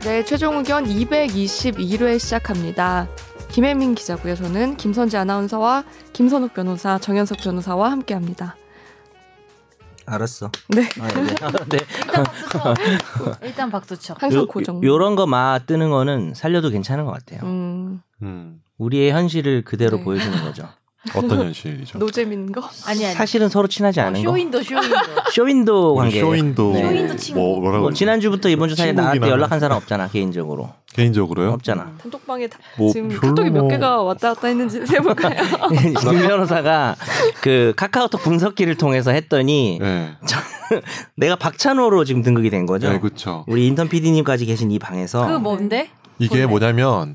네, 최종 의견 221회 시작합니다. 김혜민 기자고요. 저는 김선지 아나운서와 김선욱 변호사, 정현석 변호사와 함께합니다. 알았어. 네, 아, 네. 네. 일단 박수 쳐. 일단 박수 쳐. 항상 고정. 요런 거 막 뜨는 거는 살려도 괜찮은 것 같아요. 음, 음, 우리의 현실을 그대로 네. 보여주는 거죠. 어떤 현실이죠? 노잼인 거? 아니 아니. 사실은 서로 친하지 어, 않은 거. 쇼윈도 쇼윈도. 쇼윈도 관계. 음, 쇼인도 네. 쇼윈도 친구. 뭐, 뭐라고 뭐 지난주부터 이번 주 사이에 나한테 친구긴 연락한 사람 없잖아 개인적으로 하나? 개인적으로요? 없잖아 단톡방에 다, 뭐 지금 별로 카톡이 몇 뭐- 개가 왔다 갔다 했는지 세볼까요? 김 변호사가 그 카카오톡 분석기를 통해서 했더니 네, 내가 박찬호로 지금 등극이 된 거죠 네, 그렇죠. 우리 인턴 PD님까지 계신 이 방에서 그 뭔데? 이게 뭐냐면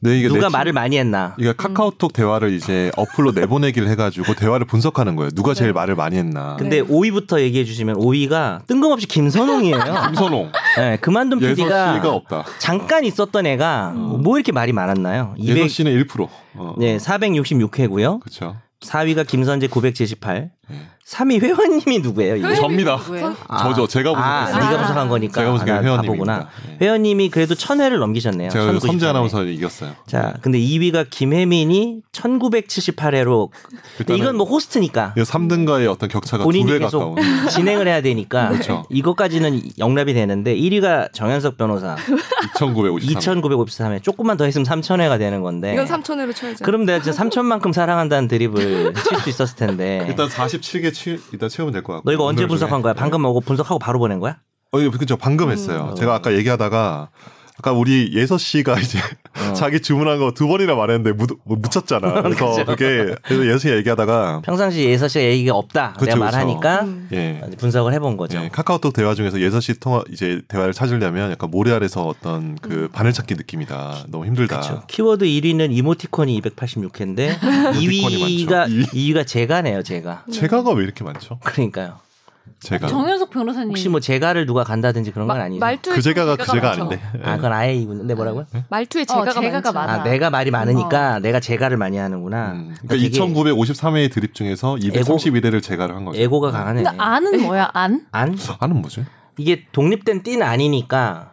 네, 이게 누가 내 네. 말을 많이 했나 이게 카카오톡 대화를 이제 어플로 내보내기를 해가지고 대화를 분석하는 거예요. 누가 제일 말을 많이 했나? 근데 네. 5위부터 얘기해 주시면 5위가 뜬금없이 김선홍이에요 김선홍, 네, 그만둔 예서 PD가 씨가 없다. 어. 잠깐 있었던 애가 뭐 이렇게 말이 많았나요 예서 200 씨는 1%. 어, 네, 466회고요 그렇죠. 4위가 김선재 978 네. 3위 회원님이 누구예요 이게? 접니다. 누구예요? 아. 저죠. 제가 보는 아, 거예요. 네가 아. 분석한 거니까. 제가 보기엔 아, 나 회원님입니다. 바보구나. 예. 회원님이 그래도 천 회를 넘기셨네요. 제가 1994 에. 선재 아나운서 이겼어요. 자, 근데 2위가 김혜민이 1978회로 일단은 이건 뭐 호스트니까 3등과의 어떤 격차가 예, 두 본인이 배 계속 가까운. 진행을 해야 되니까 그렇죠. 이것까지는 영납이 되는데 1위가 정현석 변호사 2,953. 2,953회 조금만 더 했으면 3,000회가 되는 건데 이건 3천으로 쳐야죠. 네. 그럼 내가 진짜 3,000만큼 사랑한다는 드립을 칠 수 있었을 텐데 일단 47개 치, 일단 채우면 될 것 같고. 네. 너 이거 언제 오늘 중에. 분석한 거야? 방금 오고 분석하고 바로 보낸 거야? 어, 예, 그죠. 방금 했어요. 음. 제가 아까 얘기하다가 아까 우리 예서 씨가 이제 어. 자기 주문한 거 두 번이나 말했는데 묻, 뭐 묻혔잖아. 그래서 그게 그래서 예서 씨가 얘기하다가 평상시 예서 씨가 얘기가 없다 그쵸, 내가 그쵸. 말하니까 음. 예. 분석을 해본 거죠. 예, 카카오톡 대화 중에서 예서 씨 통화 이제 대화를 찾으려면 약간 모래 아래서 어떤 그 바늘 찾기 느낌이다. 너무 힘들다. 음. 그렇죠. 키워드 1위는 이모티콘이 286회인데 이모티콘이 2위가 많죠. 이 위. 2위가 제가네요, 제가. 제가가 왜 이렇게 많죠? 그러니까요. 제가 아, 정현석 변호사님. 혹시 뭐 제가를 누가 간다든지 그런 건 음. 마- 아니죠? 말투에 그 제가가 그 제가 많죠. 아닌데. 아, 그건 아예 이분인데 뭐라고요? 어, 말투에 제가가, 많죠. 제가가 많아. 아, 내가 말이 어. 많으니까 내가 제가를 많이 하는구나. 음, 그러니까 되게 그러니까 2,953회의 드립 중에서 231회를 제가를 한 거죠. 에고가 강하네. 근데 아, 안은 뭐야? 안? 안? 아는 뭐지? 이게 독립된 띠는 아니니까.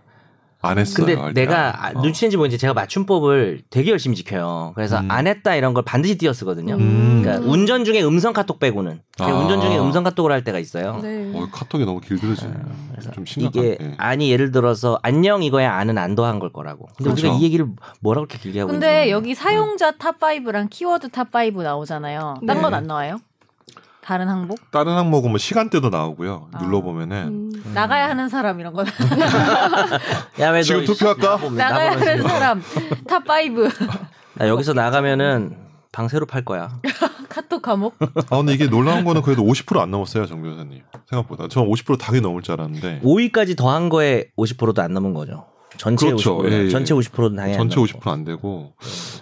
안 했어요. 근데 일단. 내가 아, 어. 눈치인지 뭔지 제가 맞춤법을 되게 열심히 지켜요. 그래서 음. 안 했다 이런 걸 반드시 띄어 아, 쓰거든요. 음. 그러니까 운전 중에 음성 카톡 빼고는 제가 아. 운전 중에 음성 카톡을 할 때가 있어요. 네. 어, 카톡이 너무 길들여지네. 그래서 좀 심각한. 이게 예. 아니 예를 들어서 안녕 이거야 안은 안도한 걸 거라고. 근데 우리가 그렇죠. 이 얘기를 뭐라고 이렇게 길게 하고 근데 있는지. 여기 사용자 탑 5랑 키워드 탑 5 나오잖아요. 딴 네. 건 안 나와요? 다른 항목? 다른 항목은 뭐 시간대도 나오고 아. 눌러보면은 음. 나가야 하는 사람 이런 거 야, 왜너 지금 이- 투표할까? 나보고 왜 나가야 나보고 하는 그러지? 사람 탑 5. 나 여기서 나가면은 방 새로 팔 거야. 카톡 과목? 아 근데 이게 놀라운 거는 그래도 50%안 넘었어요 정 변호사님 생각보다 전 50% 당연히 넘을 줄 알았는데 5위까지 더한 거에 50%도 안 넘은 거죠. 전체 그렇죠. 50%. 예, 예. 전체 50%는 당연히 전체 네, 안 넘은 거. 50%안 되고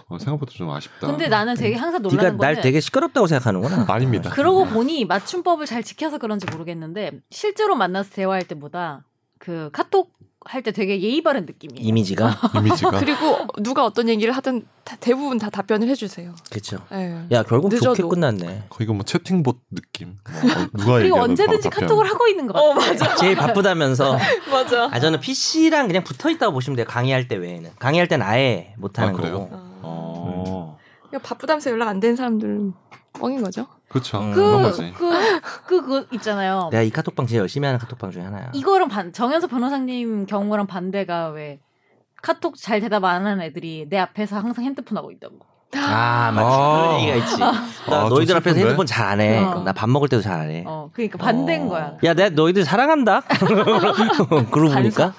어, 생각보다 좀 아쉽다. 근데 나는 되게 네가 항상 놀라는 거는 날 되게 시끄럽다고 생각하는구나. 아닙니다. 그러고 보니 맞춤법을 잘 지켜서 그런지 모르겠는데 실제로 만나서 대화할 때보다 그 카톡 할 때 되게 예의 바른 느낌이에요. 아. 이미지가 이미지가 그리고 누가 어떤 얘기를 하든 다- 대부분 다 답변을 해주세요. 그렇죠. 예. 야 결국 좋게 늦어도. 끝났네. 거의 뭐 채팅봇 느낌. 뭐, 어, 누가 그리고 얘기하든 언제든지 바로 답변. 어, 카톡을 하고 있는 것 같아요. 제일 바쁘다면서 어, 맞아. 아 저는 PC랑 그냥 붙어 있다고 보시면 돼요. 강의할 때 외에는 강의할 땐 아예 못 하는 아, 그래요? 거고. 어. 어, 음. 바쁘다면서 연락 안 된 사람들은 뻥인 거죠. 그렇죠. 음. 그, 그런 거지. 그, 그, 그 있잖아요. 내가 이 카톡방 진짜 열심히 하는 카톡방 중에 하나야. 이거랑 반, 정현석 변호사님 경우랑 반대가 왜 카톡 잘 대답 안 하는 애들이 내 앞에서 항상 핸드폰 하고 있다고. 아, 맞지. 아. 그런 얘기가 있지. 나 아, 너희들 좀 앞에서 슬픈데? 핸드폰 잘 안 해. 어. 나 밥 먹을 때도 잘 안 해. 어, 그러니까 반대인 어. 거야. 야, 내가 너희들 사랑한다? 그러고 보니까.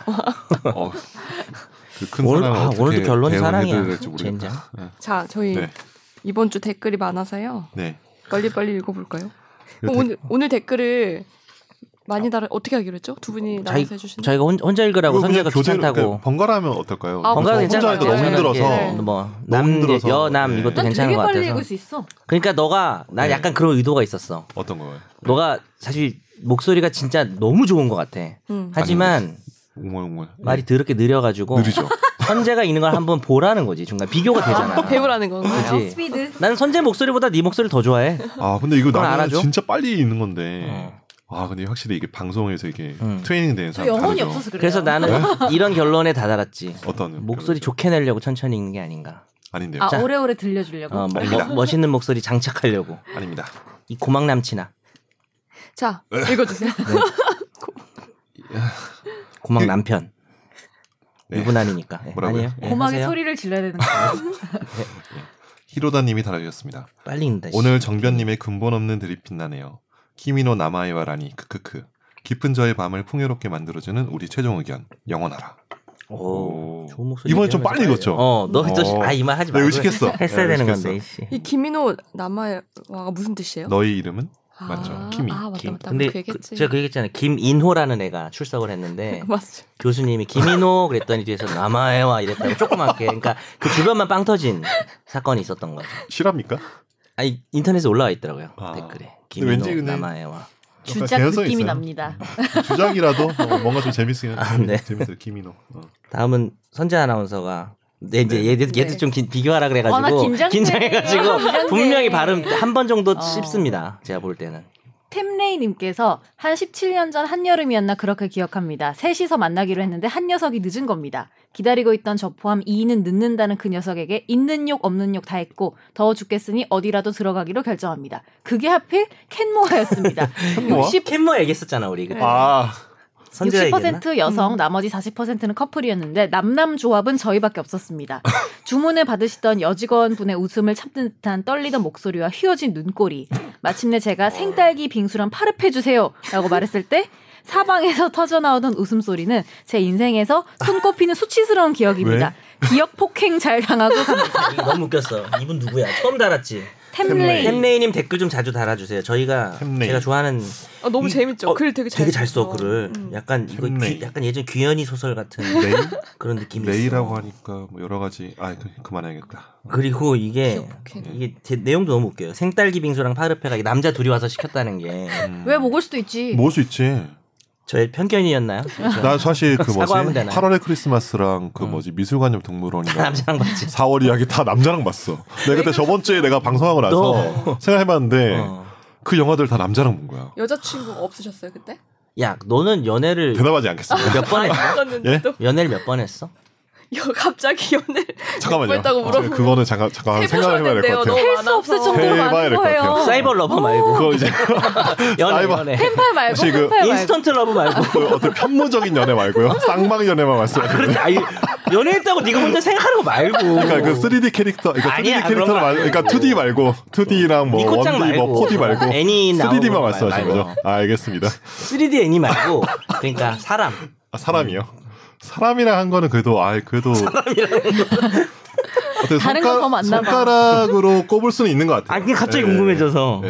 어. 그큰 오늘, 사랑을 아, 어떻게 오늘도 결론은 대응해야 사랑이야. 될지 모르겠다. 젠장. 자, 저희 네. 이번 주 댓글이 많아서요. 네. 빨리빨리 읽어볼까요? 이거 그럼 오늘 오늘 댓글을 많이 달아 어떻게 하기로 했죠? 두 분이 자기- 나눠서 해주시는. 저희가 혼- 혼자 읽으라고 이거 그냥 어, 선재가 교재로- 귀찮다고. 그 번갈아 하면 어떨까요? 아, 번갈아 번갈아 그렇죠. 혼자 괜찮아요. 해도 괜찮아요. 너무 힘들어서 네. 뭐, 남, 힘들어서. 여남 네. 이것도 난 괜찮은 되게 것 빨리 읽을 같아서. 수 있어. 그러니까 너가, 난 네. 약간 그런 의도가 있었어. 어떤 거예요? 너가 사실 목소리가 진짜 너무 좋은 것 같아. 음. 하지만 웅얼웅얼. 말이 더럽게 어. 느려가지고. 예. 느리죠. 선재가 있는 걸 한번 보라는 거지. 중간 비교가 되잖아. 배우라는 건가요? 그치? 어, 스피드. 나는 선재 목소리보다 네 목소리를 네 더 좋아해. 아 근데 이거 그건 나는 알아줘. 어. 진짜 빨리 있는 건데. 아 근데 확실히 이게 방송에서 이게 음. 트레이닝 된 저 사람 영혼이 다르죠. 없어서 그래요. 그래서 나는 이런 결론에 다다랐지. 네? 어떤 목소리 그런- 좋게 내려고 천천히 읽는 게 아닌가. 아닌데요. 아 자. 오래오래 들려주려고. 어, 뭐- 아닙니다. 뭐- 멋있는 목소리 장착하려고. 아닙니다. 이 고막 남친아. 자, 읽어주세요. 고막 그- 남편. 네. 유부남이니까. 예, 뭐라고요? 아니에요. 예, 고막에 하세요. 소리를 질러야 되는 거예요. 히로다님이 달아주셨습니다. 빨리 읽는다. 씨. 오늘 정변님의 근본 없는 드립 빛나네요. 키미노 나마이와라니 크크크. 깊은 저의 밤을 풍요롭게 만들어주는 우리 최종 의견 영원하라. 오. 좋은 목소리. 이번에 좀 얘기하면서 빨리 읽었죠. 어, 너 어. 또 아, 이 말 하지 마. 내가 의식했어. 했어야 내가 되는 의식했어. 건데. 씨. 이 김인호 남아와가 무슨 네? 뜻이에요? 너희 이름은 아, 맞죠. 김이. 아, 맞다, 김- 맞다. 근데 그 얘기했지. 네, 뭐? 그- 제가 그 얘기했잖아요. 김인호라는 애가 출석을 했는데 맞죠. 교수님이 김인호 그랬더니 뒤에서 남아애와 이랬다고 조그맣게. 그러니까 그 주변만 빵 터진 사건이 있었던 거죠. 실합니까? 아니 인터넷에 올라와 있더라고요 아. 댓글에. 근데 김인호 왠지 근데- 남아애와. 주작 개연성이 느낌이 있어요. 납니다. 주작이라도 어, 뭔가 좀 재밌으면 아, 재밌- 네. 재밌어요. 키미노. 어. 다음은 선재 아나운서가 네, 이제 얘, 얘도 네. 좀 기- 비교하라 어, 나 그래가지고 긴장돼. 긴장해가지고 긴장돼. 분명히 발음 한 번 정도 어. 씹습니다. 제가 볼 때는 템레이님께서 한 17년 전 한여름이었나 그렇게 기억합니다. 셋이서 만나기로 했는데 한 녀석이 늦은 겁니다. 기다리고 있던 저 포함 2인은 늦는다는 그 녀석에게 있는 욕 없는 욕 다 했고 더워 죽겠으니 어디라도 들어가기로 결정합니다. 그게 하필 캔모아였습니다. 뭐야? 60 캔머 얘기했었잖아 우리 그 네. 아 선재가 얘기했나? 60% 여성, 음. 나머지 40%는 커플이었는데 남남 조합은 저희밖에 없었습니다. 주문을 받으시던 여직원분의 웃음을 참는 듯한 떨리던 목소리와 휘어진 눈꼬리. 마침내 제가 생딸기 빙수랑 파르페 주세요 라고 말했을 때 사방에서 터져나오던 웃음소리는 제 인생에서 손꼽히는 수치스러운 기억입니다. 기억 폭행 잘 당하고 갑니다. 이게 너무 웃겼어. 이분 누구야? 처음 달았지. 템레이. 템레이님 댓글 좀 자주 달아주세요. 저희가 템레이. 제가 좋아하는 아, 너무 이- 재밌죠. 어, 글 되게 잘 되게 잘 써 써서. 글을. 음. 약간 이거 템레이. 귀- 약간 예전 귀현이 소설 같은 레이 그런 느낌이 레이라고 있어. 하니까 뭐 여러 가지 아 그, 그만해야겠다. 그리고 이게 기억해. 이게 제- 내용도 너무 웃겨요. 생딸기 빙수랑 파르페가 이게 남자 둘이 와서 시켰다는 게 음. 왜 먹을 수도 있지. 먹을 수 있지. 저의 편견이었나요? 그렇죠. 나 사실 그 뭐지 사과하면 되나요? 아, 8월의 크리스마스랑 그 음. 뭐지 미술관역 동물원이랑 남자랑 같이. 4월 이야기 다 남자랑 봤어. 내가 그때 저번 주에 내가 방송하고 나서 너. 생각해봤는데 어. 그 영화들 다 남자랑 본 거야. 여자친구 없으셨어요 그때? 야, 너는 연애를 대답하지 않겠습니다. 몇 번 했어? 있었는데 예? 또 연애를 몇 번 했어? 여- 갑자기 연애 잠깐만요. 했다고 어, 물어보면 그거는 잠깐 잠깐 생각을 해봐야 될 것 같아요. 셀수 없을 정도로 해봐야 많은 될것 같아요. 어. 거예요. 사이버 러브 말고 그거 이제 연애 사이버- 연애 팬팔 말고 혹시 그 팬팔 말고. 인스턴트 러브 말고 그 어떤 편모적인 연애 말고요. 쌍방 연애만 말씀하시는 그렇지 아니 연애했다고 네가 혼자 생각하는 거 말고 그러니까 그 3D 캐릭터, 그러니까 3D 아니야, 그런 캐릭터를 거 말, 그러니까 2D 말고 2D랑 뭐 니 1D, 코짱 말고 뭐 4D 말고 애니 나오는 3D만 거 말씀하시는 말고. 거죠. 아, 알겠습니다. 3D 애니 말고 그러니까 사람 아, 사람이요. 음. 사람이랑 한 거는 그래도 아, 그래도 어떻게 다른 건더 많나 봐. 손가락으로 꼽을 수는 있는 것 같아요. 아니 갑자기 예, 궁금해져서 음. 예.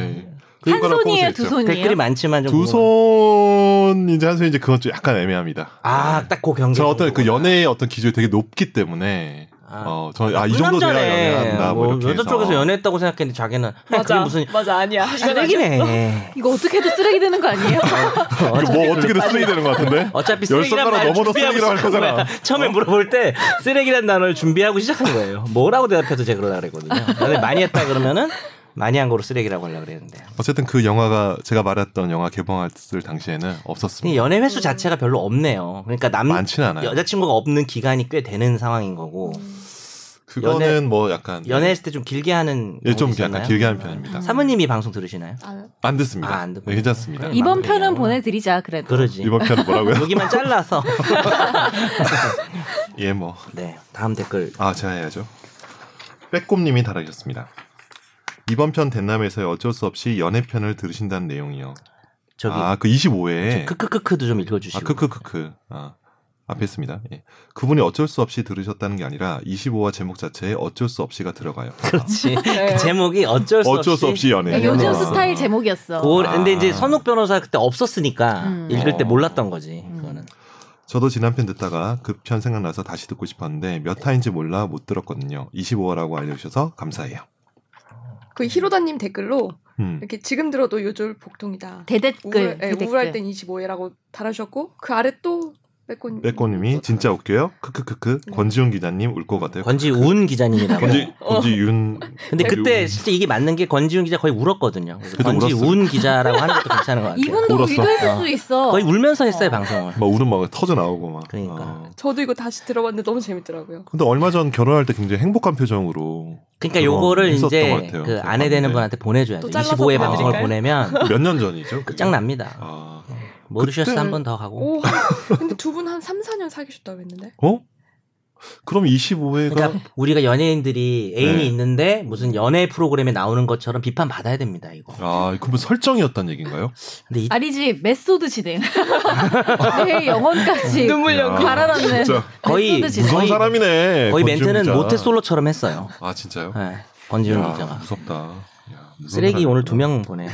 한 손가락 꼽을 수 손이에요, 있죠. 두 손이에요? 댓글이 많지만 좀 두 손인지 한 손인지 그건 좀 약간 애매합니다. 네, 아딱그 경계 저는 어떤 그 정도구나. 연애의 어떤 기준이 되게 높기 때문에 아. 어 저는 아이 정도 돼야 끝났잖아요. 연애한다 뭐, 뭐 이렇게 여자 해서. 쪽에서 연애했다고 생각했는데 자기는 그게 무슨 맞아 아니야 쓰레기네 이거 어떻게 해도 쓰레기 되는 거 아니에요? 이거 뭐 어떻게든 쓰레기 되는 것 같은데 아, 어차피 열 쓰레기란 손가락 말을 넘어도 준비하고 쓰레기라고 시작한 하잖아. 거야. 처음에 물어볼 때 쓰레기란 단어를 준비하고 시작한 거예요. 뭐라고 대답해도 제가 그러려고 그랬거든요. 근데 많이 했다 그러면은 많이 한 거로 쓰레기라고 하려고 그랬는데. 어쨌든 그 영화가 제가 말했던 영화 개봉했을 당시에는 근데 없었습니다. 연애 횟수 자체가 별로 없네요. 그러니까 남 많지는 않아요. 여자친구가 없는 기간이 꽤 되는 상황인 거고 그거는 연애- 뭐 약간 연애했을 때 좀 길게 하는 예, 좀 경우도 약간 있었나요? 길게 하는 편입니다. 사모님이 방송 들으시나요? 안 듣습니다. 아, 안 듣고. 네, 괜찮습니다. 그래. 이번 편은 만들어요. 보내드리자 그래도. 그러지. 이번 편은 뭐라고요? 여기만 잘라서. 예, 뭐. 네, 다음 댓글. 아, 제가 해야죠. 빼꼼님이 달아주셨습니다. 이번 편 대남에서 어쩔 수 없이 연애편을 들으신다는 내용이요. 저기 아, 그 25회. 크크크크도 좀 읽어주시고. 아, 크크크크. 아, 앞에 있습니다. 예. 그분이 어쩔 수 없이 들으셨다는 게 아니라 25화 제목 자체에 어쩔 수 없이가 들어가요. 그렇지. 네. 그 제목이 어쩔 수 어쩔 수 없이 연애. 야, 그러니까 요즘 아. 스타일 제목이었어. 그 근데 아. 이제 선욱 변호사 그때 없었으니까 음. 읽을 때 어. 네, 몰랐던 거지. 음. 그거는. 저도 지난 편 듣다가 그 편 생각나서 다시 듣고 싶었는데 몇 화인지 몰라 못 들었거든요. 25화라고 알려주셔서 감사해요. 그 히로다님 댓글로 음. 이렇게 지금 들어도 요절 복통이다 대댓글. 그 우울, 예, 대댓글. 우울할 땐 25회라고 달아주셨고 그 아래 또 음. 음, 빼꼬님 빼꼬님이 진짜 웃겨요. 크크크크. 그 권지훈 기자님 울 것 네. 같아요. 권지운 기자님이라고. 어. 권지, 권지윤 근데 그때 진짜 이게 맞는 게 권지훈 기자 거의 울었거든요. 그래서 그때 권지훈 기자라고 하는 것도 괜찮은 것 같아요. 이분도 울었어. 의도했을 어. 수 있어. 거의 울면서 했어요 방송을. 막 우는 막 터져 나오고 막. 그러니까. 어. 저도 이거 다시 들어봤는데 너무 재밌더라고요. 근데 얼마 전 결혼할 때 굉장히 행복한 표정으로 그러니까 그거 요거를 했었던 것 이제 같아요. 그 아내 되는 봤는데. 분한테 보내줘야죠. 또 잘라서 25회 방송을 보내드릴까요? 보내면 몇 년 전이죠? 그게? 끝장납니다. 아. 모르셔서 그때는- 한 번 더 가고. 오, 근데 두 분 한 3, 4년 사귀셨다고 했는데. 어? 그럼 25회가 그러니까 우리가 연예인들이 애인이 네. 있는데 무슨 연애 프로그램에 나오는 것처럼 비판 받아야 됩니다 이거. 아, 그럼 설정이었단 얘기인가요? 근데 이 아니지 메소드 진행. 내 영혼까지 눈물 야. 연기. 갈아넣는 진짜 거의 메소드 진짜. 무서운 네. 거의, 사람이네. 거의 권지훈 멘트는 기자. 모태솔로처럼 했어요. 아, 진짜요? 네, 권지훈 야, 기자가 무섭다. 야, 무서운 쓰레기 오늘 두 사람이구나. 명 보내.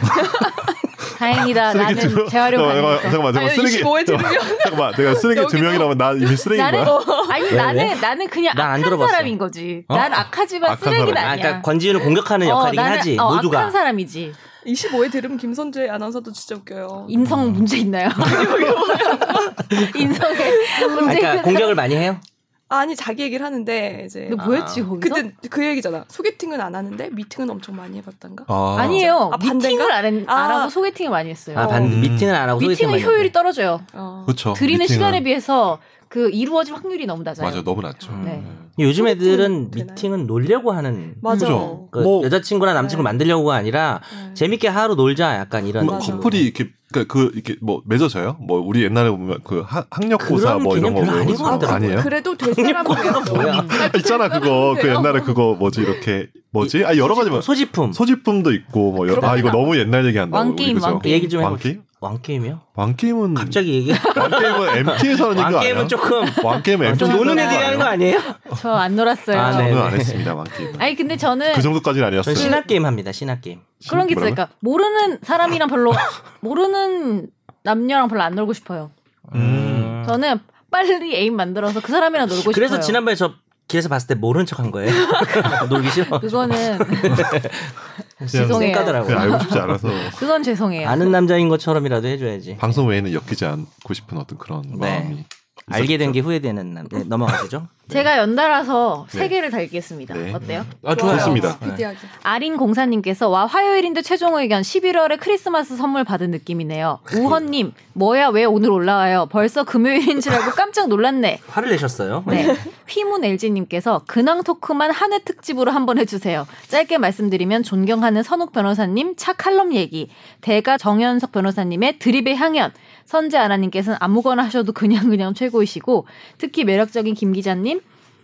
다행이다. 나는 쓰레기 두 명. 재활용 잠깐만, 가능했어. 잠깐만, 잠깐만, 쓰레기. 뭐 25회 잠깐만, 들으면 잠깐만, 내가 쓰레기 두 여기도- 명이라면 나 이미 쓰레기인 나는 어, 거야. 아니 왜? 나는 나는 그냥 난안 악한 들어봤어. 사람인 거지. 어? 난 악하지만 악한 쓰레기는 사람. 아, 아니야. 그러니까 권지훈을 공격하는 어, 역할이긴 나는, 하지 어, 모두가. 악한 사람이지. 25회 들으면 김선재 아나운서도 진짜 웃겨요. 음. 인성 문제 있나요? 인성에 아, 문제 그러니까 있는 공격을 많이 해요. 아니 자기 얘기를 하는데 이제 아, 너 뭐였지 거기서? 그때 그 얘기잖아. 소개팅은 안 하는데 미팅은 엄청 많이 해봤단가? 아, 뭐 아니에요. 아, 반대인가? 미팅을 안, 했, 아. 안 하고 소개팅을 많이 했어요. 아, 반 음. 미팅은 안 하고 미팅은 소개팅만 효율이 했는데. 떨어져요. 어. 그렇죠. 드리는 미팅은- 시간에 비해서 그 이루어질 확률이 너무 낮아요. 맞아, 너무 낮죠. 음. 네. 요즘 애들은 소개팅 되나요? 미팅은 놀려고 하는 맞아. 그죠? 그 뭐- 여자친구나 남친구 네. 만들려고가 아니라 음. 네. 재밌게 하루 놀자 약간 이런 뭐 맞아. 느낌으로. 커플이 이렇게 그러니까 그 이렇게 뭐 맺어져요? 뭐 우리 옛날에 보면 그 하- 학력고사 그런 뭐 이런 개념 거 별로 아닌 외우는 것 거 같더라고요. 아니에요? 그래도 될 사람이에요. 뭐야? 음, 있잖아 그거 그 옛날에 그거 뭐지 이렇게 뭐지 아 여러 가지 뭐 소지품. 소지품도 있고 뭐 여러 그러면 아 이거 너무 옛날 얘기한다 왕게임, 그 왕게임. 얘기 좀 해봐. 왕게임 왕게임이요? 왕게임은 갑자기 얘기. 왕게임은 MT에서 하는 얘기 그러니까 아니야? 왕게임은 조금 왕게임 아, MT 좀 에서 노는 하는 애들이 하는 거 아니에요? 저 안 놀았어요. 아, 네. 저는 안 했습니다 왕게임 아니 근데 네. 저는 그 정도까지는 전 아니었어요 신화 게임 합니다. 신화 게임. 그런 게 있어요. 뭐라고요? 그러니까 모르는 사람이랑 별로 모르는 남녀랑 별로 안 놀고 싶어요. 음. 저는 빨리 애인 만들어서 그 사람이랑 놀고 그래서 싶어요. 지난번에 저 길에서 봤을 때 모른 척 한 거예요. 놀기 싫어. 그거는 죄송해요. 그냥 쌩까더라고요. 네. 알고 싶지 않아서 그건 죄송해요. 아는 남자인 것처럼이라도 해줘야지. 방송 외에는 엮이지 않고 싶은 어떤 그런 네. 마음이 알게 된 게 후회되는 남. 네, 넘어가시죠. 제가 연달아서 세 네. 개를 달겠습니다. 네. 어때요? 아, 좋습니다 비디하게. 아린 공사님께서 와 화요일인데 최종 의견 11월에 크리스마스 선물 받은 느낌이네요. 우헌님 뭐야 왜 오늘 올라와요? 벌써 금요일인 줄 알고 깜짝 놀랐네. 화를 내셨어요. 네. 휘문 LG님께서 근황 토크만 한 해 특집으로 한번 해주세요. 짧게 말씀드리면 존경하는 선욱 변호사님 차 칼럼 얘기, 대가 정현석 변호사님의 드립의 향연, 선재 아나님께서는 아무거나 하셔도 그냥 그냥 최고이시고 특히 매력적인 김 기자님,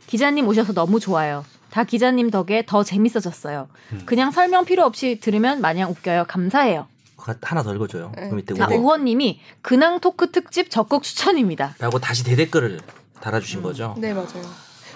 기자님 오셔서 너무 좋아요. 다 기자님 덕에 더 재밌어졌어요. 그냥 설명 필요 없이 들으면 마냥 웃겨요. 감사해요. 그거 하나 더 읽어줘요. 네. 그 밑에 아, 우거. 우원님이 근황 토크 특집 적극 추천입니다. 라고 다시 대댓글을 달아주신 거죠. 네 맞아요.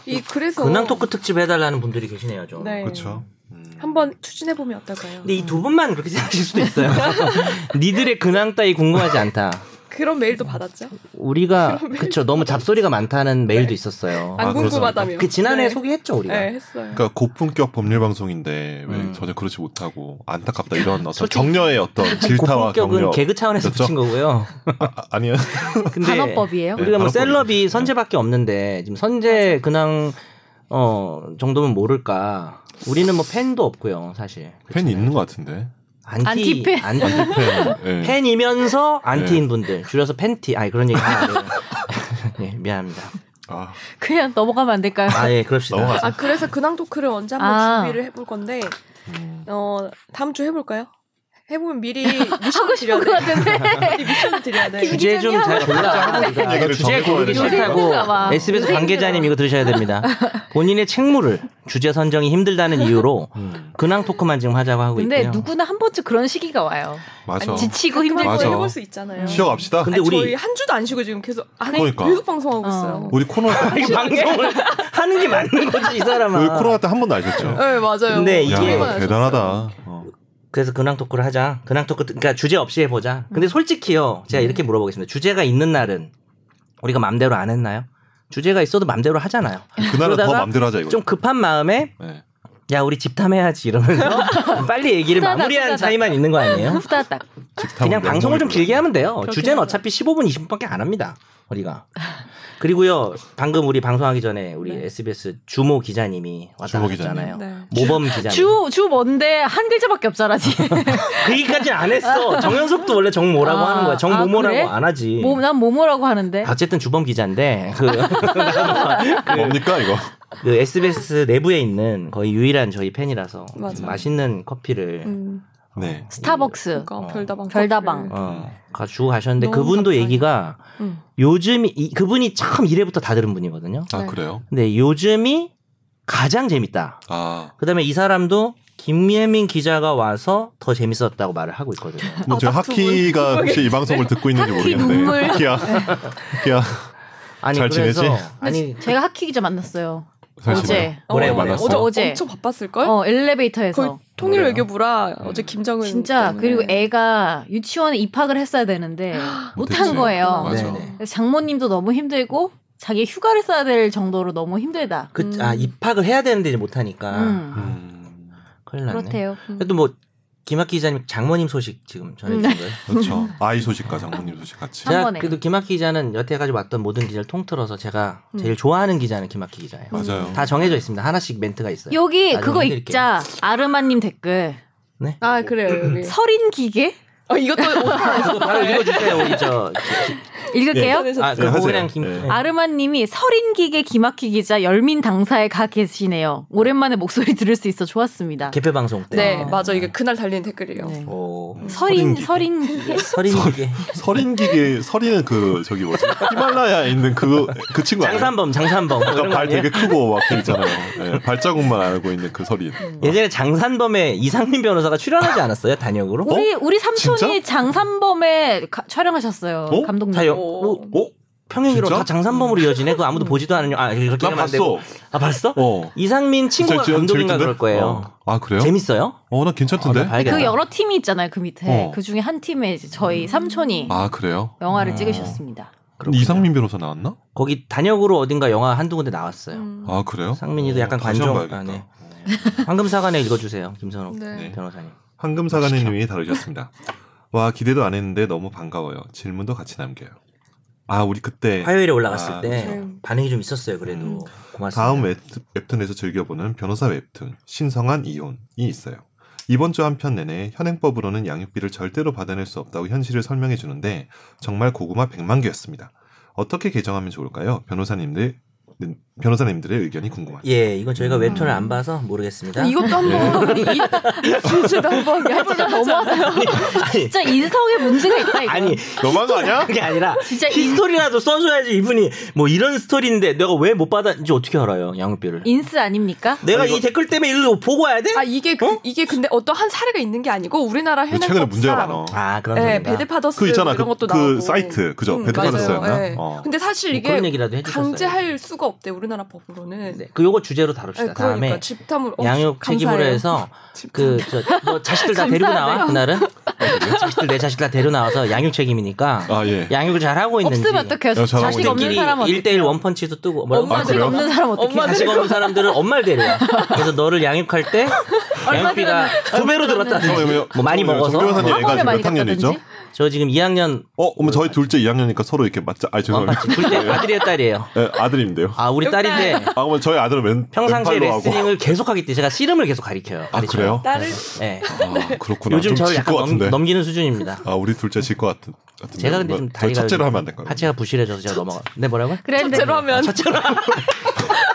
이 그래서 어. 근황 토크 특집 해달라는 분들이 계시네요, 좀. 네. 그렇죠 음. 한번 추진해 보면 어떨까요? 근데 이 두 분만 그렇게 생각하실 수도 있어요. 니들의 근황 따위 궁금하지 않다. 그런 메일도 받았죠? 우리가 그쵸 너무 잡소리가 많다는 메일도 있었어요. 안 아, 궁금하다며. 그 지난해 네. 소개했죠 우리가. 네 했어요. 그러니까 고품격 법률 방송인데 왜 음. 전혀 그렇지 못하고 안타깝다 이런 어떤 솔직히- 격려의 어떤 질타와 고품격은 격려 개그 차원에서 그렇죠? 붙인 거고요. 아, 니요 근데 단어법이에요. 네. 우리가 뭐 단어법이죠. 셀럽이 선재밖에 없는데 지금 선재 근황 어 정도면 모를까. 우리는 뭐 팬도 없고요 사실. 팬이 있는 것 같은데 안티 안티팬. 안티 네. 팬이면서 안티인 분들 줄여서 팬티. 아니 그런 얘기 하면 안 돼요. 예 미안합니다. 아, 그냥 넘어가면 안 될까요? 아예 그럽시다. 넘어가자. 아 그래서 근황 토크를 언제 한번 아. 준비를 해볼 건데 음. 어 다음 주에 해볼까요? 해보면 미리 미션 드려야 하고 싶은 돼. 것 같은데. 미리 미션 드려야 돼. 네. 주제 좀 잘 골라. 하는 얘기를 아, 네. 주제 고르기 정해줘야 싫다고 되나 봐. SBS 관계자님 이거 들으셔야 됩니다. 본인의 책무를 주제 선정이 힘들다는 이유로 음. 근황 토크만 지금 하자고 하고 근데 있고요. 그렇죠. 누구나 한 번쯤 그런 시기가 와요. 맞아 아니, 지치고 그런 힘들 거 맞아. 때. 해볼 수 있잖아요. 쉬어갑시다 근데 아니, 우리- 저희 한 주도 안 쉬고 지금 계속 안 해- 그러니까. 계속 방송하고 어. 있어요. 우리 코너 이 방송을 하는 게 맞는 거지 이 사람아. 우리 코로나 때 한 번도 안 쉬었죠 네 맞아요. 근데 야 이게 대단하다 어. 그래서 근황 토크를 하자. 근황 토크 그러니까 주제 없이 해보자. 근데 솔직히요, 음. 제가 이렇게 물어보겠습니다. 주제가 있는 날은 우리가 맘대로 안 했나요? 주제가 있어도 맘대로 하잖아요. 그날은 더 그러다가 맘대로 하자 이거 좀 급한 마음에 네. 야 우리 집탐해야지 이러면서 빨리 얘기를 후다닥, 마무리하는 후다닥. 차이만 있는 거 아니에요? 후다닥. 직탐은 그냥 방송을 좀 명령이구나. 길게 하면 돼요. 주제는 하죠. 어차피 15분, 20분밖에 안 합니다. 허리가. 그리고요 방금 우리 방송하기 전에 우리 네. SBS 주모 기자님이 왔다 주모 갔잖아요. 네. 모범 기자님. 주, 주 뭔데 한 글자밖에 없잖아, 지 그 얘기까지는 안 했어. 정현석도 원래 정모라고 아, 하는 거야. 아, 정모모라고 그래? 안 하지. 뭐, 난 뭐뭐라고 하는데. 어쨌든 주범 기자인데 그, 뭡니까 이거? 그 SBS 내부에 있는 거의 유일한 저희 팬이라서 맞아. 맛있는 커피를 음, 네. 스타벅스. 그러니까 어. 별다방. 별다방. 커플. 어, 가지고 가셨는데 너무 그분도 감사해요. 얘기가 음. 요즘이 이- 그분이 참 이래부터 다 들은 분이거든요. 아 네. 그래요? 근데 요즘이 가장 재밌다. 아. 그다음에 이 사람도 김예민 기자가 와서 더 재밌었다고 말을 하고 있거든요. 근데 저 아, 딱두 분. 하키가 혹시 이 방송을 듣고 있는지 하키 모르겠는데. 눈물. 하키야. 하키야. 아니 잘 그래서 지내지? 아니 제가 하키 기자 만났어요. 사실 어제. 뭐래, 어, 뭐래. 어제 만났어요? 어제. 엄청 바빴을 걸? 어, 엘리베이터에서. 거의 통일 그래요. 외교부라 음. 어제 김정은 진짜 때문에. 그리고 네. 애가 유치원에 입학을 했어야 되는데 아, 못한 못했지. 거예요. 맞아. 네네. 그래서 장모님도 너무 힘들고 자기 휴가를 써야 될 정도로 너무 힘들다. 그, 아, 음. 입학을 해야 되는데 이제 못하니까. 음, 음. 큰일 났네. 그렇대요. 아, 그래도 뭐, 김학기 기자님 장모님 소식 지금 전해주신 거예요? 그렇죠. 아이 소식과 장모님 소식 같이. 한 제가 번에. 그래도 김학기 기자는 여태까지 왔던 모든 기자를 통틀어서 제가 음. 제일 좋아하는 기자는 김학기 기자예요. 맞아요. 다 정해져 있습니다. 하나씩 멘트가 있어요. 여기 나중에 그거 해드릴게요. 읽자. 아르마님 댓글. 네. 아 그래요 여기. 설인 기계? 어, 이것도 그거 바로 읽어주세요, 우리 저. 읽을게요. 아, 그 네, 하세요. 고은양 김. 네. 아르마님이 설인기계 기막히 기자 열민 당사에 가 계시네요. 오랜만에 목소리 들을 수 있어 좋았습니다. 개표 방송 때. 어. 네 아. 맞아 이게 그날 달린 댓글이에요. 네. 오. 음. 설인 어, 설인기계. 어? 설인 기계 서린 기계. 서린 기계 서린은 그 저기 뭐지? 히말라야에 있는 그그 그 친구 아니에요? 뭐, 장산범, 장산범. 뭐 이런 그러니까 거 발 아니에요? 되게 크고 막그 있잖아요. 예, 발자국만 알고 있는 그 서린. 예전에 장산범의 이상민 변호사가 출연하지 않았어요? 단역으로? 우리 우리 삼촌이 진짜? 장산범에 가- 촬영하셨어요. 어? 감독님. 자, 여, 오. 오, 오? 평행이론 진짜? 다 장산범으로 이어지네. 그거 아무도 보지도 않은 영- 아, 이렇게 난 하면 안 되고. 봤어. 아, 봤어? 어. 이상민 친구가 진짜 감독인가 재밌던데? 그럴 거예요. 어. 아 그래요? 재밌어요? 어, 나 괜찮던데. 아, 나 봐야겠다. 그 여러 팀이 있잖아요. 그 밑에 어. 그 중에 한 팀에 이제 저희 삼촌이 아 그래요? 영화를 음. 찍으셨습니다. 근데 이상민 변호사 나왔나? 거기 단역으로 어딘가 영화 한두 군데 나왔어요. 음. 아 그래요? 상민이도 어, 약간 다시 관종. 한번 봐야겠다. 아, 황금사관에 읽어주세요. 김선호 네. 변호사님. 황금사관님이 다루셨습니다. 와 기대도 안 했는데 너무 반가워요. 질문도 같이 남겨요. 아 우리 그때 화요일에 올라갔을 아, 때 그렇죠. 반응이 좀 있었어요. 그래도 음. 고맙습니다. 다음 웹툰, 웹툰에서 즐겨보는 변호사 웹툰 신성한 이혼이 있어요. 이번 주 한 편 내내 현행법으로는 양육비를 절대로 받아낼 수 없다고 현실을 설명해 주는데 정말 고구마 100만 개였습니다. 어떻게 개정하면 좋을까요? 변호사님들 변호사님들의 의견이 궁금합니다. 예, 이건 저희가 음. 웹툰을 안 봐서 모르겠습니다. 이것도 네. 한번 진짜 한번 야 진짜 너무하다. 뭐 아니, 진짜 인성에 문제가 있다 이거. 아니 예, 너무한 거 아니야? 그게 아니라 진짜 인, 히스토리라도 써줘야지 이분이 뭐 이런 스토리인데 내가 왜 못 받았는지 어떻게 알아요? 양육비를. 인스 아닙니까? 내가 아, 이 이거- 댓글 때문에 일로 보고 와야 돼? 아 이게 그- 이게 근데 어떤 한 사례가 있는 게 아니고 우리나라 이거 현행 최근에 문제가 많아. 아, 그런 네, 소린가? 배드파더스 그 있잖아 이런 그, 것도 그 나오고 사이트 그죠? 음, 배드카드였나? 맞아요. 네. 어. 근데 사실 뭐 그런 이게 얘기라도 해주셨어요. 강제할 수가 없대 우리나라 법으로는. 네, 그 요거 주제로 네, 다룹시다. 그러니까 다음에 집탐을 어, 양육 책임으로 감사해요. 해서 그저너 뭐 자식들 다 데리고 나와 그날은 네, 자식들 내 자식 다 데리고 나와서 양육 책임이니까 아 예. 양육을 잘 하고 있는지 없으면 어떡해요? 야, 잘하고 자식 없는 있네. 사람 어떡해요? 1대1 원펀치도 뜨고 뭐라고? 엄마 아, 자식 그래요? 없는 사람 어떻게? 엄마 자식 없는 사람들은 엄마를 데려와. 그래서 너를 양육할 때 양육비가 두 배로 들었다든지 뭐 많이 먹어서 정 변호사님 뭐 애가 학원에 지금 많이 몇 학년이죠? 갔다든지? 저 지금 2학년 어, 어머 저희 둘째 2학년이니까 서로 이렇게 맞자. 아 죄송합니다. 원펀치 둘째 아들이에요 딸이에요. 예, 아들인데요. 아 우리 딸인데 아, 그러면 저희 아들은 왼 평상시에 왼팔로 하고. 레슬링을 계속 하기 때문에 제가 씨름을 계속 가르쳐요. 아 가르쳐요. 그래요? 딸을 네. 아, 그렇구나. 요즘 저를 좀질것 약간 넘, 같은데. 넘기는 수준입니다. 아, 우리 둘째 질 것 같은. 같은데. 제가 근데 좀 뭔가 저희 다리가 첫째로 하면 안 될까요? 하체가 부실해져서 제가 넘어가. 네 아, 뭐라고? 그랬는데 첫째로 하면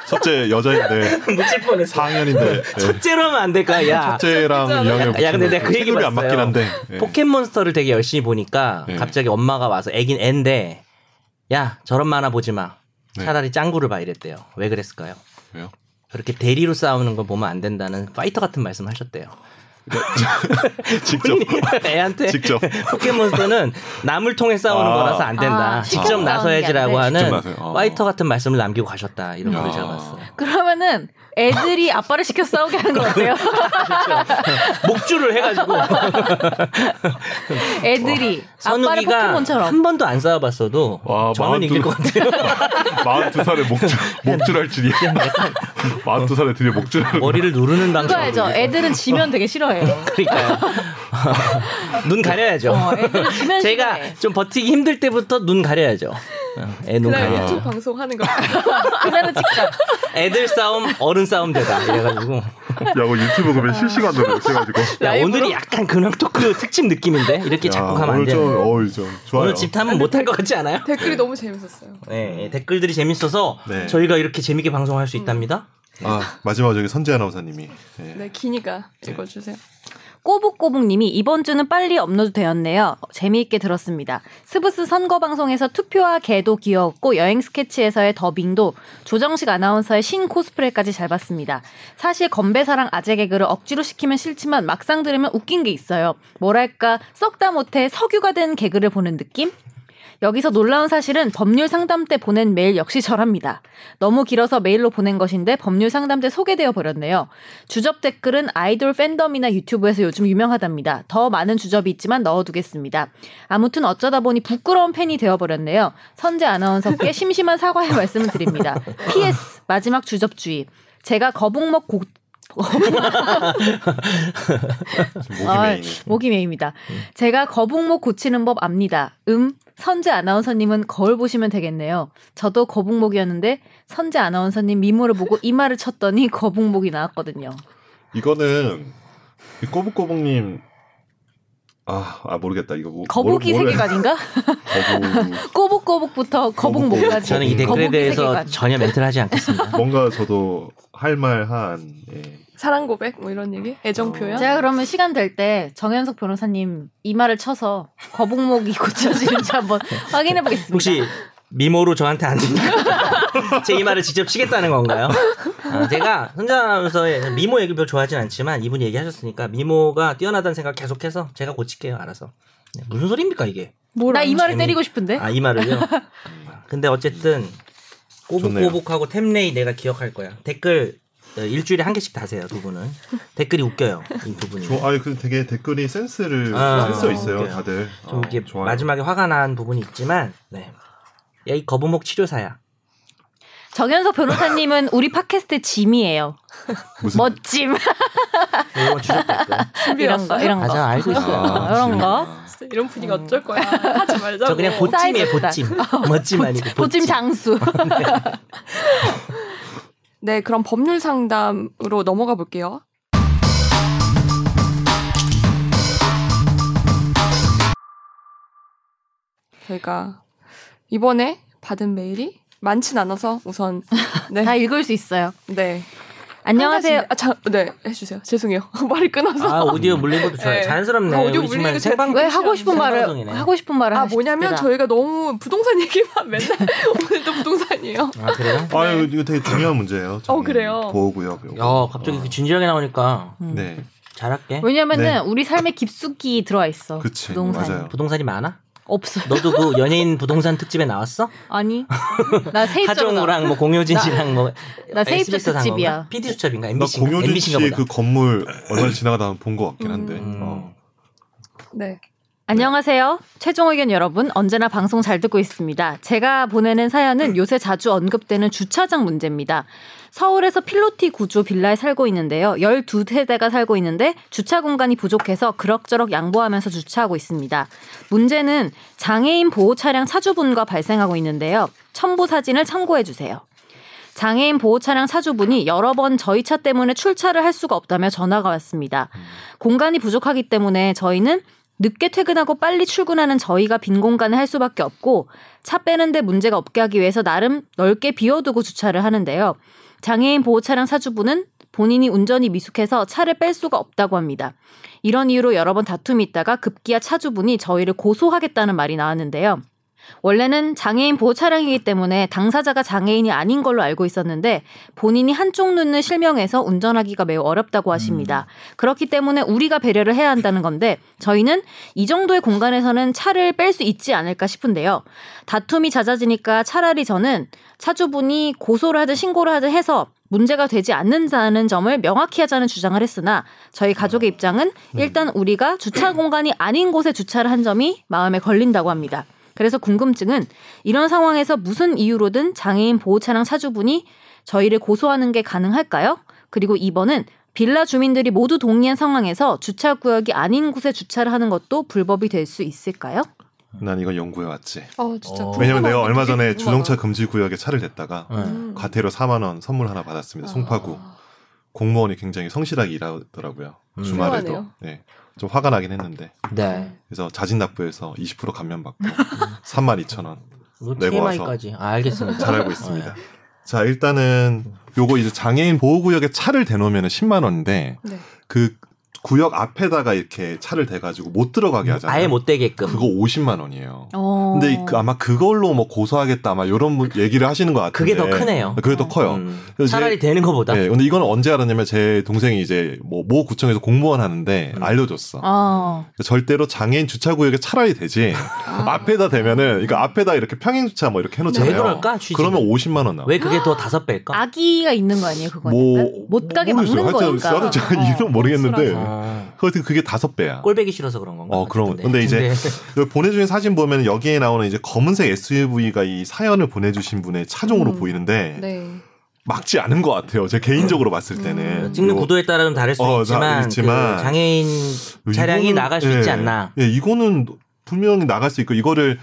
첫째 여자인데 묻힐 뻔했어. 4학년인데 네. 첫째로 하면 안 될까? 야. 첫째랑 2학년. 야, 근데 내가 그 얘기 체급이 안 봤어요. 맞긴 한데. 예. 포켓몬스터를 되게 열심히 보니까 네. 갑자기 엄마가 와서 애긴 앤데 야 저런 만화 보지 마. 네. 차라리 짱구를 봐 이랬대요. 왜 그랬을까요? 왜요? 저렇게 대리로 싸우는 거 보면 안 된다는 파이터 같은 말씀 하셨대요. 직접. 애한테 직접. 포켓몬스터는 남을 통해 싸우는 아. 거라서 안 된다. 아, 직접 시끄러운 나서야지라고 게 안 하는 직접 나서요. 어. 파이터 같은 말씀을 남기고 가셨다. 이런 야. 걸 제가 봤어요. 그러면은 애들이 아빠를 시켜 싸우게 하는 거 같아요. 목줄을 해가지고 애들이 아빠를 선우기가 포켓몬처럼. 한 번도 안 싸워봤어도 와, 저는 이길 것 마흔두- 같아요. 42살에 목줄 목줄할 줄이야. 42살에 드디어 목줄할. 머리를 누르는 방식. 그거 알죠? 애들은 지면 되게 네. 싫어해요. 그러니까요. 눈 가려야죠. 어, 애들은 지면 제가 싫어해. 좀 버티기 힘들 때부터 눈 가려야죠. 어, 애눈 그날 가려. 네, 유튜브 방송하는 거 그날은 직접. 애들 싸움, 어른 싸움 되다. 이래가지고. 야뭐 유튜브 보면 실시간으로 해가지고. 야, 라이브로? 오늘이 약간 근황 토크 특집 느낌인데? 이렇게 자꾸 가면 안 오늘 돼. 좀, 어이 좀 좋아요. 오늘 집탐은 못할 것 같지 않아요? 댓글이 너무 재밌었어요. 네, 댓글들이 재밌어서 네. 저희가 이렇게 재밌게 방송할 수 있답니다. 음. 아 마지막 저기 선재 아나운서님이 예. 네, 기니가 읽어주세요. 꼬북꼬북님이 이번 주는 빨리 업로드되었네요. 재미있게 들었습니다. 스브스 선거 방송에서 투표와 개도 귀여웠고 여행 스케치에서의 더빙도 조정식 아나운서의 신 코스프레까지 잘 봤습니다. 사실 건배사랑 아재 개그를 억지로 시키면 싫지만 막상 들으면 웃긴 게 있어요. 뭐랄까 썩다 못해 석유가 된 개그를 보는 느낌? 여기서 놀라운 사실은 법률 상담 때 보낸 메일 역시 저랍니다. 너무 길어서 메일로 보낸 것인데 법률 상담 때 소개되어 버렸네요. 주접 댓글은 아이돌 팬덤이나 유튜브에서 요즘 유명하답니다. 더 많은 주접이 있지만 넣어두겠습니다. 아무튼 어쩌다 보니 부끄러운 팬이 되어버렸네요. 선재 아나운서께 심심한 사과의 말씀을 드립니다. PS 마지막 주접 주의. 제가 거북목 고... 지금 목이 아, 메이네. 목이 메입니다. 제가 거북목 고치는 법 압니다. 음, 선재 아나운서님은 거울 보시면 되겠네요. 저도 거북목이었는데 선재 아나운서님 미모를 보고 이마를 쳤더니 거북목이 나왔거든요. 이거는 이 꼬북꼬북님 아, 아 모르겠다 이거 뭐 거북이 모르- 모르- 세계관 아닌가? 거북 꼬북꼬북부터 거북목까지. 저는 음. 이 댓글에 거북이 대해서 세계관. 전혀 멘트를 하지 않겠습니다. 뭔가 저도 할 말한 예. 사랑 고백 뭐 이런 얘기? 애정 표현? 제가 그러면 시간 될 때 정현석 변호사님 이마를 쳐서 거북목이 고쳐지는지 한번 확인해 보겠습니다. 혹시 미모로 저한테 안 됩니까? 제 이마를 직접 치겠다는 건가요? 아, 제가 선재 아나운서의 미모 얘기를 별로 좋아하진 않지만 이분이 얘기하셨으니까 미모가 뛰어나다는 생각 계속해서 제가 고칠게요. 알아서. 네, 무슨 소리입니까 이게? 나 이마를 재미- 때리고 싶은데. 아, 이마를요? 근데 어쨌든 꼬북꼬북하고 템레이 내가 기억할 거야. 댓글 어, 일주일에 한 개씩 다세요 두 분은. 댓글이 웃겨요 이 두 분이. 아 근데 되게 댓글이 센스를 아, 센스 있어요 오케이. 다들 좀 어, 이게 좋아요. 마지막에 화가 난 부분이 있지만, 네. 야, 이 거북목 치료사야. 정현석 변호사님은 우리 팟캐스트 짐이에요. 무슨 멋짐 이거 주셨겠고. 이런 거 준비했어요? 이런 거. 맞아, 알고 있어. 아, 이런 지금. 거? 아, 진짜 이런 분위기 어쩔 거야. 하지 말자고. 저 그냥 보찜이에요, 사이즈다. 보찜. 멋짐 아니고 보찜 장수. 네, 그럼 법률 상담으로 넘어가 볼게요. 저희가 이번에 받은 메일이 많진 않아서 우선 네, 다 읽을 수 있어요. 네 안녕하세요. 한 가지- 아, 자, 네 해주세요. 죄송해요. 말이 끊어서. 아, 오디오 물린 것도 좋아요. 네. 자연스럽네. 아, 오디오 우리 물리는 정말 거 생방 왜 하고 싶은 말을 생방송이네. 하고 싶은 말을 아 하고 뭐냐면 싶습니다. 저희가 너무 부동산 얘기만 맨날 오늘도 부동산이에요. 아, 그래요? 아 이거, 이거 되게 중요한 문제예요 저는 어, 그래요? 보호구역 요거. 야, 갑자기 이렇게 진지하게 나오니까 음. 네 잘할게. 왜냐면은 네. 우리 삶의 깊숙이 들어와 있어. 그치, 부동산이. 맞아요. 부동산이 많아? 없어. 너도 그 연예인 부동산 특집에 나왔어? 아니 나 세입자로 나. 하정우랑 뭐 공효진 씨랑 뭐 나 세입자 SBS 한 특집이야. 건가? PD 수첩인가? 나 MBC인가? 공효준 MBC인가 씨의 보다. 그 건물 얼마 전에 지나가다 본것 같긴 한데 음. 어. 네. 안녕하세요. 최종 의견 여러분, 언제나 방송 잘 듣고 있습니다. 제가 보내는 사연은 요새 자주 언급되는 주차장 문제입니다. 서울에서 필로티 구조 빌라에 살고 있는데요. 12세대가 살고 있는데 주차 공간이 부족해서 그럭저럭 양보하면서 주차하고 있습니다. 문제는 장애인 보호 차량 차주분과 발생하고 있는데요. 첨부 사진을 참고해 주세요. 장애인 보호 차량 차주분이 여러 번 저희 차 때문에 출차를 할 수가 없다며 전화가 왔습니다. 공간이 부족하기 때문에 저희는 늦게 퇴근하고 빨리 출근하는 저희가 빈 공간을 할 수밖에 없고 차 빼는데 문제가 없게 하기 위해서 나름 넓게 비워두고 주차를 하는데요. 장애인 보호 차량 사주분은 본인이 운전이 미숙해서 차를 뺄 수가 없다고 합니다. 이런 이유로 여러 번 다툼이 있다가 급기야 차주분이 저희를 고소하겠다는 말이 나왔는데요. 원래는 장애인 보호 차량이기 때문에 당사자가 장애인이 아닌 걸로 알고 있었는데 본인이 한쪽 눈을 실명해서 운전하기가 매우 어렵다고 하십니다. 그렇기 때문에 우리가 배려를 해야 한다는 건데 저희는 이 정도의 공간에서는 차를 뺄 수 있지 않을까 싶은데요. 다툼이 잦아지니까 차라리 저는 차주분이 고소를 하든 신고를 하든 해서 문제가 되지 않는다는 점을 명확히 하자는 주장을 했으나 저희 가족의 입장은 일단 우리가 주차 공간이 아닌 곳에 주차를 한 점이 마음에 걸린다고 합니다. 그래서 궁금증은 이런 상황에서 무슨 이유로든 장애인 보호 차량 차주분이 저희를 고소하는 게 가능할까요? 그리고 2번은 빌라 주민들이 모두 동의한 상황에서 주차 구역이 아닌 곳에 주차를 하는 것도 불법이 될 수 있을까요? 난 이건 연구해 왔지. 어 진짜. 어. 궁금하다. 왜냐면 내가 얼마 전에 되게 주정차 궁금하다. 금지 구역에 차를 냈다가 음. 과태료 4만 원 선물 하나 받았습니다. 송파구 아. 공무원이 굉장히 성실하게 일하더라고요. 음. 주말에도. 음. 훌륭하네요. 네. 좀 화가 나긴 했는데. 네. 그래서 자진 납부해서 20% 감면 받고 음. 3만 2천 원. 이거 네, 뭐 TMI까지. 아, 알겠습니다. 잘 알고 어, 있습니다. 예. 자 일단은 요거 이제 장애인 보호구역에 차를 대놓으면 10만 원인데 네. 그 구역 앞에다가 이렇게 차를 대가지고 못 들어가게 음, 하잖아요. 아예 못 되게끔. 그거 50만 원이에요. 어. 근데 이- 그 아마 그걸로 뭐 고소하겠다 아마 이런 분- 얘기를 하시는 것 그게 같은데 더 크네요. 그게 더 커요. 음. 그래서 이제- 차라리 되는 것보다. 네, 근데 이건 언제 알았냐면 제 동생이 이제 뭐 모 구청에서 공무원 하는데 음. 알려줬어. 어. 절대로 장애인 주차구역에 차라리 네. 되지 아. 앞에다 대면은 이거 앞에다 이렇게 평행 주차 뭐 이렇게 해놓잖아요. 네. 왜 그럴까? 취지. 그러면 50만 원 나와. 왜 그게 더 다섯 배일까? 아기가 있는 거 아니에요 그거 뭐, 못 가게 모르겠어요. 막는 하여튼 거니까 나는 제가 어. 이유는 모르겠는데 아. 아, 하여튼 그게 다섯 배야. 꼴배기 싫어서 그런 건가? 네. 어, 그럼. 근데 이제 여기 보내주신 사진 보면 여기에 나오는 이제 검은색 SUV가 이 사연을 보내주신 분의 차종으로 음. 보이는데 네. 막지 않은 것 같아요. 제 개인적으로 봤을 음. 때는 찍는 요 구도에 따라 좀 다를 수 어, 있지만, 다르겠지만 그 장애인 차량이 이거는- 나갈 수 예. 있지 않나. 예, 이거는 분명히 나갈 수 있고 이거를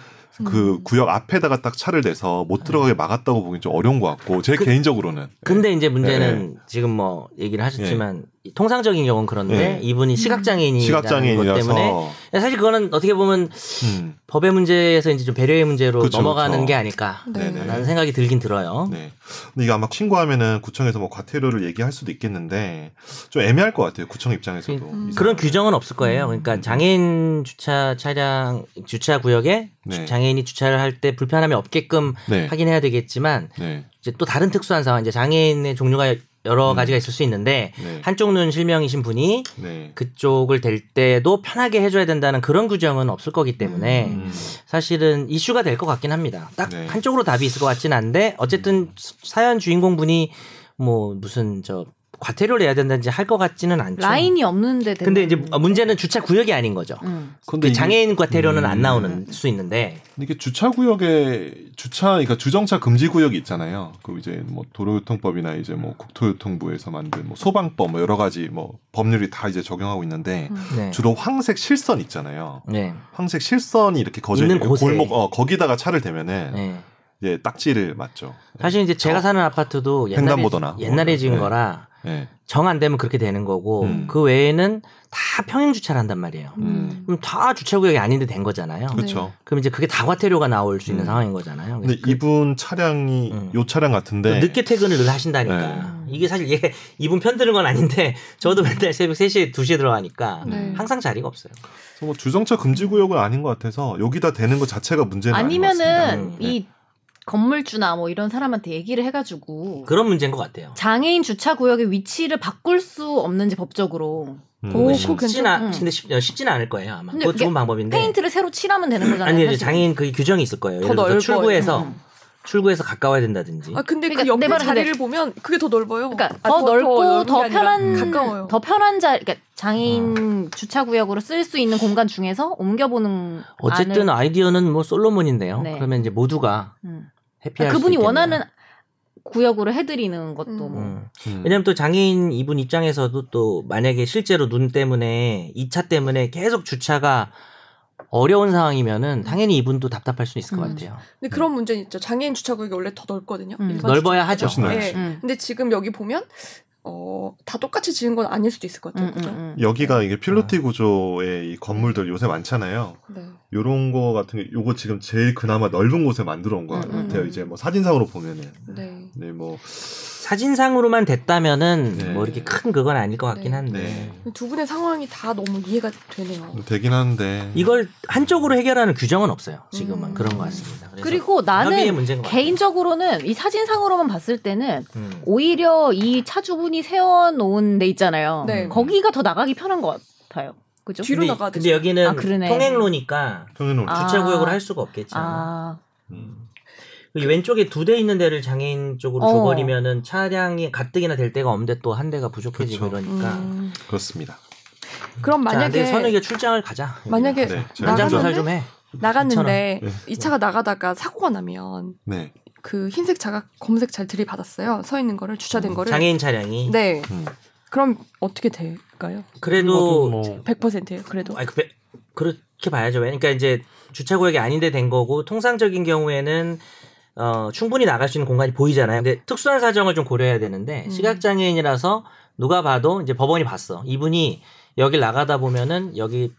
그 음. 구역 앞에다가 딱 차를 대서 못 들어가게 막았다고 보기 좀 어려운 것 같고 제 그- 개인적으로는 근데 이제 문제는 네. 지금 뭐 얘기를 하셨지만 이 통상적인 경우는 그런데 예. 이분이 시각장애인이 것 네. 시각장애인이라서 때문에 사실 그거는 어떻게 보면 음, 법의 문제에서 이제 좀 배려의 문제로 그쵸, 넘어가는 그쵸. 게 아닐까 네. 네네. 라는 생각이 들긴 들어요. 네. 근데 이거 아마 신고하면은 구청에서 뭐 과태료를 얘기할 수도 있겠는데 좀 애매할 것 같아요. 구청 입장에서도 음. 이 그런 상황은. 규정은 없을 거예요. 그러니까 음. 장애인 주차 차량 주차 구역에 네. 장애인이 주차를 할 때 불편함이 없게끔 네. 확인해야 되겠지만 네. 이제 또 다른 특수한 상황 이제 장애인의 종류가 여러 음. 가지가 있을 수 있는데 네. 한쪽 눈 실명이신 분이 네. 그쪽을 댈 때도 편하게 해줘야 된다는 그런 규정은 없을 거기 때문에 음. 사실은 이슈가 될 것 같긴 합니다. 딱 네. 음. 한쪽으로 답이 있을 것 같진 않은데 어쨌든 사연 주인공 분이 뭐 무슨 저 과태료를 내야 된다든지 할 것 같지는 않죠. 라인이 없는데 되는 근데 이제 아, 건데. 문제는 주차 구역이 아닌 거죠. 음. 근데 그 이게- 장애인 과태료는 안 음. 나오는 수 있는데 이게 주차 구역에 주차 그러니까 주정차 금지 구역이 있잖아요. 그 이제 뭐 도로교통법이나 이제 뭐 국토교통부에서 만든 뭐 소방법 뭐 여러 가지 뭐 법률이 다 이제 적용하고 있는데 네. 음. 주로 황색 실선 있잖아요. 네. 황색 실선이 이렇게 거져 있는 있는 곳에. 골목 어 거기다가 차를 대면은 네. 아, 이제 딱지를 맞죠. 예. 사실 이제 제가 저- 사는 아파트도 옛날에 횡단보도나 옛날에 지은 네. 거라 예. 정 안 되면 그렇게 되는 거고 음. 그 외에는 다 평행 주차를 한단 말이에요. 음. 그럼 다 주차 구역이 아닌데 된 거잖아요. 그렇죠. 그럼 이제 그게 다 과태료가 나올 수 있는 음. 상황인 거잖아요. 근데 그래서 그- 이분 차량이 네. 음. 요 차량 같은데 늦게 퇴근을 늘 하신다니까. 이게 사실 얘 이분 편드는 건 아닌데 저도 맨날 새벽 3시에 2시에 들어가니까 네. 항상 자리가 없어요. 그래서 뭐 주정차 금지 구역은 아닌 것 같아서 여기다 대는 것 자체가 문제는 아닌 네, 것 아니면은 같습니다. 네. 이 건물주나 뭐 이런 사람한테 얘기를 해가지고 그런 문제인 것 같아요. 장애인 주차 구역의 위치를 바꿀 수 없는지 법적으로 음. 오, 그거 쉽진 괜찮다. 않, 근데 쉽, 어, 쉽진 않을 거예요 아마. 근데 그거 그게 좋은 방법인데. 페인트를 새로 칠하면 되는 거잖아요. 네. 아니 이제 사실은. 장애인 그 규정이 있을 거예요. 더 예를 들어서 넓어요. 출구에서 음. 출구에서 가까워야 된다든지. 아 근데 그 그러니까 옆에 내 말은 자리를 보면 그게 더 넓어요. 그러니까 아, 더, 넓고 넓은 게 더 아니라 편한 가까워요. 더 편한 자 그러니까 장애인 음. 주차 구역으로 쓸 수 있는 공간 중에서 옮겨보는 어쨌든 안을- 아이디어는 뭐 솔로몬인데요. 네. 그러면 이제 모두가 음. 해피할 그러니까 수 그분이 있겠네요. 원하는 구역으로 해드리는 것도 음. 뭐. 음. 음. 왜냐면 또 장애인 이분 입장에서도 또 만약에 실제로 눈 때문에 이 차 때문에 계속 주차가 어려운 상황이면은 당연히 이분도 답답할 수 있을 것 음. 같아요. 근데 그런 문제는 있죠. 장애인 주차구역이 원래 더 넓거든요. 음. 일반 넓어야 하죠. 훨씬 네. 낫지. 음. 근데 지금 여기 보면 어, 다 똑같이 지은 건 아닐 수도 있을 것 같아요. 음, 그죠? 음, 음. 여기가 이게 필로티 구조의 이 건물들 요새 많잖아요. 네. 음. 요런 거 같은 게 요거 지금 제일 그나마 넓은 곳에 만들어 온 것 음, 같아요. 음. 이제 뭐 사진상으로 보면은 네. 네 뭐 사진상으로만 됐다면은 네. 뭐 이렇게 큰 그건 아닐 것 같긴 네. 한데 네. 뭐 두 분의 상황이 다 너무 이해가 되네요. 되긴 하는데 이걸 한쪽으로 해결하는 규정은 없어요. 지금은 음. 그런 것 같습니다. 그래서 그리고 협의의 나는 문제인 것 같아요. 개인적으로는 이 사진상으로만 봤을 때는 음. 오히려 이 차주분이 세워놓은 데 있잖아요. 네. 음. 거기가 더 나가기 편한 것 같아요. 그죠? 뒤로 근데, 나가야 근데 되죠. 여기는 아, 그러네. 통행로니까 평균 아. 주차 구역을 할 수가 없겠죠. 아, 음, 그 이 왼쪽에 두 대 있는 데를 장애인 쪽으로 어. 줘버리면은 차량이 가뜩이나 될 데가 없는데 또 한 대가 부족해지고 그쵸. 이러니까. 음. 그렇습니다. 그럼 자, 근데 만약에 선우이가 출장을 가자. 만약에 네, 제가 현장 나가면- 먼저- 조사를 좀 해. 나갔는데 괜찮아. 네. 이 차가 나가다가 사고가 나면 네. 그 흰색 차가 검색 잘 들이받았어요. 서 있는 거를 주차된 거를. 음, 장애인 차량이. 네. 음. 그럼 어떻게 될까요? 그래도 뭐 100%예요. 그래도. 아니, 그, 백- 그렇게 봐야죠. 그러니까 이제 주차 구역이 아닌데 된 거고 통상적인 경우에는 어, 충분히 나갈 수 있는 공간이 보이잖아요. 근데 특수한 사정을 좀 고려해야 되는데 음. 시각 장애인이라서 누가 봐도 이제 법원이 봤어. 이분이 여길 나가다 보면은 여기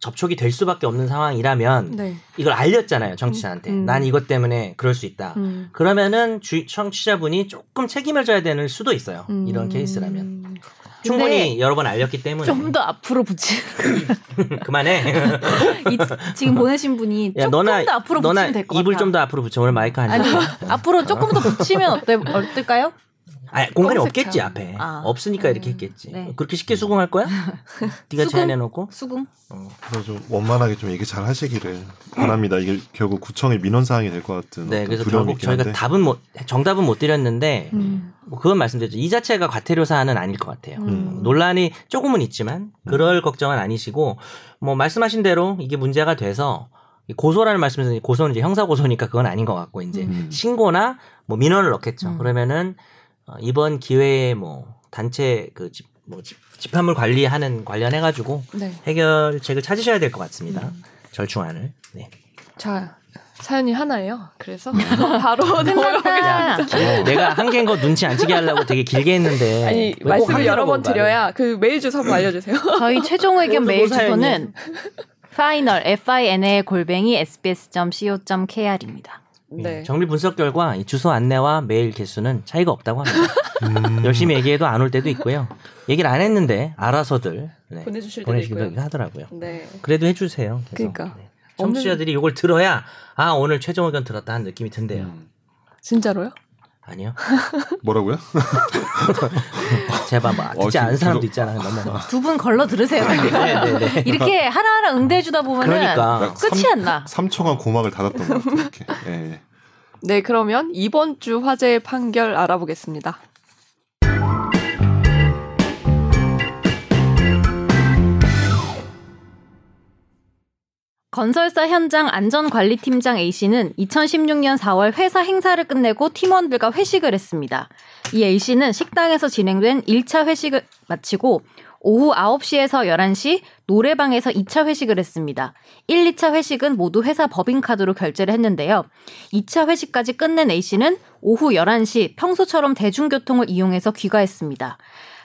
접촉이 될 수밖에 없는 상황이라면 네. 이걸 알렸잖아요 정치자한테 음. 난 이것 때문에 그럴 수 있다 음. 그러면은 주, 청취자분이 조금 책임을 져야 되는 수도 있어요 이런 음. 케이스라면 충분히 여러 번 알렸기 때문에 좀 더 앞으로 붙이. 그만해 이, 지금 보내신 분이 야 조금 너나 더 앞으로 너나 붙이면 될 것 같아요. 입을 좀 더 앞으로 붙여 오늘 마이크 한 아니 대. 앞으로 조금 더 붙이면 어때 어떨까요? 아니 공간이 검색창. 없겠지 앞에 아. 없으니까 음, 이렇게 했겠지 네. 그렇게 쉽게 수긍할 거야 네가 수긍? 제안해놓고 수긍. 그래서 좀 원만하게 좀 얘기 잘 하시기를 바랍니다. 이게 결국 구청의 민원 사항이 될 것 같은 네 어떤 그래서 두려움이 결국 있긴 저희가 한데 답은 못 정답은 못 드렸는데 음. 뭐 그건 말씀드렸죠 이 자체가 과태료 사안은 아닐 것 같아요 음. 논란이 조금은 있지만 그럴 걱정은 아니시고 뭐 말씀하신 대로 이게 문제가 돼서 이 고소라는 말씀이신 고소는 이제 형사 고소니까 그건 아닌 것 같고 이제 음. 신고나 뭐 민원을 넣겠죠. 음. 그러면은 어, 이번 기회에 뭐 단체 그 집, 뭐 집, 집합물 관리하는 관련해 가지고 네. 해결책을 찾으셔야 될 것 같습니다. 음. 절충안을. 네. 자 사연이 하나예요. 그래서 음. 바로 넘어가겠습니다. 끝났다. 어, 내가 한 개인 거 눈치 안 채게 하려고 되게 길게 했는데. 아니 왜 말씀을 네. 꼭 여러 번 하려고 말을. 드려야 그 메일 주소 한번 알려주세요. 저희 최종 의견 오늘도 메일 뭐 고사연이. 주소는 final f i n a 골뱅이 s b s c o k r입니다. 예, 네. 정리 분석 결과 이 주소 안내와 메일 개수는 차이가 없다고 합니다. 음. 열심히 얘기해도 안 올 때도 있고요. 얘기를 안 했는데 알아서들 네, 보내주실 때도 있고요. 보내시기도 하더라고요. 네. 그래도 해주세요. 그래서. 그러니까. 네. 청취자들이 이걸 들어야 아 오늘 최종 의견 들었다 하는 느낌이 든대요. 음. 진짜로요? 아니요. 뭐라고요? 제발 뭐 어, 듣지 지금 않은 사람도 계속- 있잖아. 넘어가. 두 분 걸러 들으세요. 네네네. 이렇게 하나하나 응대해 주다 보면은 그러니까 끝이 안 나. 3초간 고막을 닫았던 것 같아요. 이렇게. 예, 예. 네, 그러면 이번 주 화제의 판결 알아보겠습니다. 건설사 현장 안전관리팀장 A씨는 2016년 4월 회사 행사를 끝내고 팀원들과 회식을 했습니다. 이 A씨는 식당에서 진행된 1차 회식을 마치고 오후 9시에서 11시 노래방에서 2차 회식을 했습니다. 1, 2차 회식은 모두 회사 법인카드로 결제를 했는데요. 2차 회식까지 끝낸 A씨는 오후 11시 평소처럼 대중교통을 이용해서 귀가했습니다.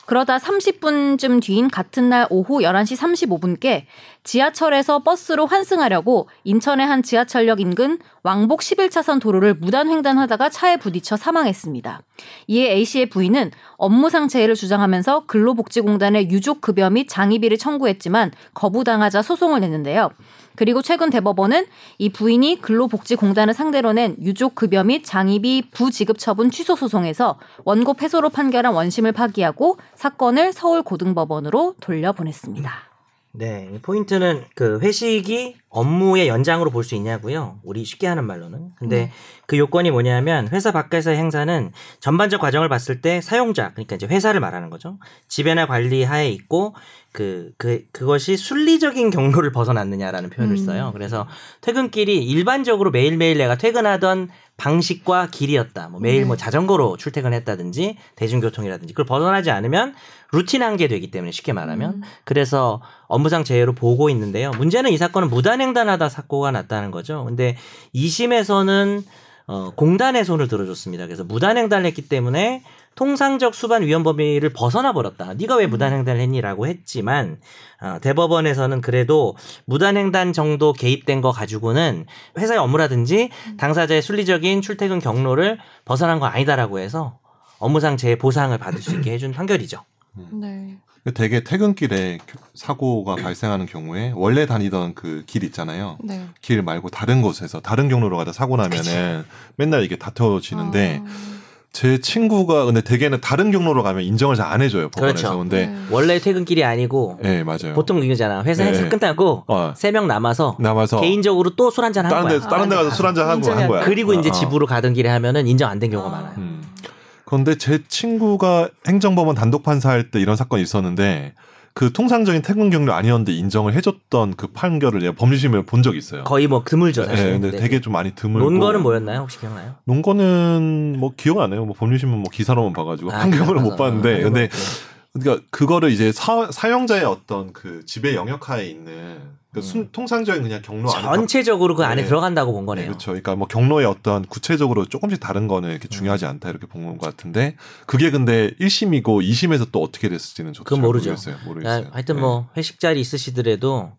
그러다 30분쯤 뒤인 같은 날 오후 11시 35분께 지하철에서 버스로 환승하려고 인천의 한 지하철역 인근 왕복 11차선 도로를 무단횡단하다가 차에 부딪혀 사망했습니다. 이에 A씨의 부인은 업무상 재해를 주장하면서 근로복지공단에 유족급여 및 장의비를 청구했지만 거부당하자 소송을 냈는데요. 그리고 최근 대법원은 이 부인이 근로복지공단을 상대로 낸 유족급여 및 장의비 부지급 처분 취소 소송에서 원고 패소로 판결한 원심을 파기하고 사건을 서울고등법원으로 돌려보냈습니다. 네, 이 포인트는 그 회식이 업무의 연장으로 볼 수 있냐고요. 우리 쉽게 하는 말로는. 음. 근데 그 요건이 뭐냐면 회사 밖에서의 행사는 전반적 과정을 봤을 때 사용자, 그러니까 이제 회사를 말하는 거죠. 지배나 관리하에 있고 그, 그, 그것이 순리적인 경로를 벗어났느냐라는 표현을 음. 써요. 그래서 퇴근길이 일반적으로 매일매일 내가 퇴근하던 방식과 길이었다. 뭐 매일 네. 뭐 자전거로 출퇴근했다든지 대중교통이라든지 그걸 벗어나지 않으면 루틴한 게 되기 때문에 쉽게 말하면 그래서 업무상 재해로 보고 있는데요. 문제는 이 사건은 무단횡단하다 사고가 났다는 거죠. 근데 2심에서는 어, 공단의 손을 들어줬습니다. 그래서 무단횡단을 했기 때문에 통상적 수반 위험 범위를 벗어나 버렸다. 네가 왜 무단횡단을 했니라고 했지만 어, 대법원에서는 그래도 무단횡단 정도 개입된 거 가지고는 회사의 업무라든지 당사자의 순리적인 출퇴근 경로를 벗어난 거 아니다라고 해서 업무상 재해 보상을 받을 수 있게 해준 판결이죠. 네. 되게 그 퇴근길에 그 사고가 발생하는 경우에 원래 다니던 그 길 있잖아요. 네. 길 말고 다른 곳에서 다른 경로로 가다 사고 나면은 맨날 이게 다퉈지는데 아. 제 친구가 근데 대개는 다른 경로로 가면 인정을 잘 안 해줘요 법원에서 그렇죠. 근데 네. 원래 퇴근길이 아니고 예 맞아요 보통 이거잖아. 회사 네. 행사 끝나고 어 세 명 남아서 남아서 개인적으로 또 술 한잔 한 다른 거야. 데 다른 데 가서 술 한잔 하고 인정이 한 안 거야 그리고 이제 어, 어. 집으로 가던 길에 하면은 인정 안 된 경우가 아. 많아요. 음. 그런데 제 친구가 행정법원 단독 판사할 때 이런 사건이 있었는데 그 통상적인 퇴근 경로 아니었는데 인정을 해줬던 그 판결을 내가 법률심을 본 적이 있어요. 거의 뭐 드물죠. 예, 사실. 근데 되게 좀 많이 드물고 논거는 뭐였나요? 혹시 기억나요? 논거는 뭐 기억 안 해요. 뭐 법률신문 뭐 기사로만 봐가지고 아, 판결을 그래서. 못 봤는데 근데 그러니까 그거를 이제 사, 사용자의 어떤 그 지배 영역하에 있는 그 순- 통상적인 그냥 경로 뭐 안에 다- 음. 전체적으로 그 안에 네. 들어간다고 본 네, 거네요. 그렇죠. 그러니까 뭐 경로의 어떤 구체적으로 조금씩 다른 거는 음. 이렇게 중요하지 않다 이렇게 본 것 같은데 그게 근데 1심이고 2심에서 또 어떻게 됐을지는 저도 그건 잘 모르죠. 모르겠어요. 모르겠어요. 아, 하여튼 네. 뭐 회식 자리 있으시더라도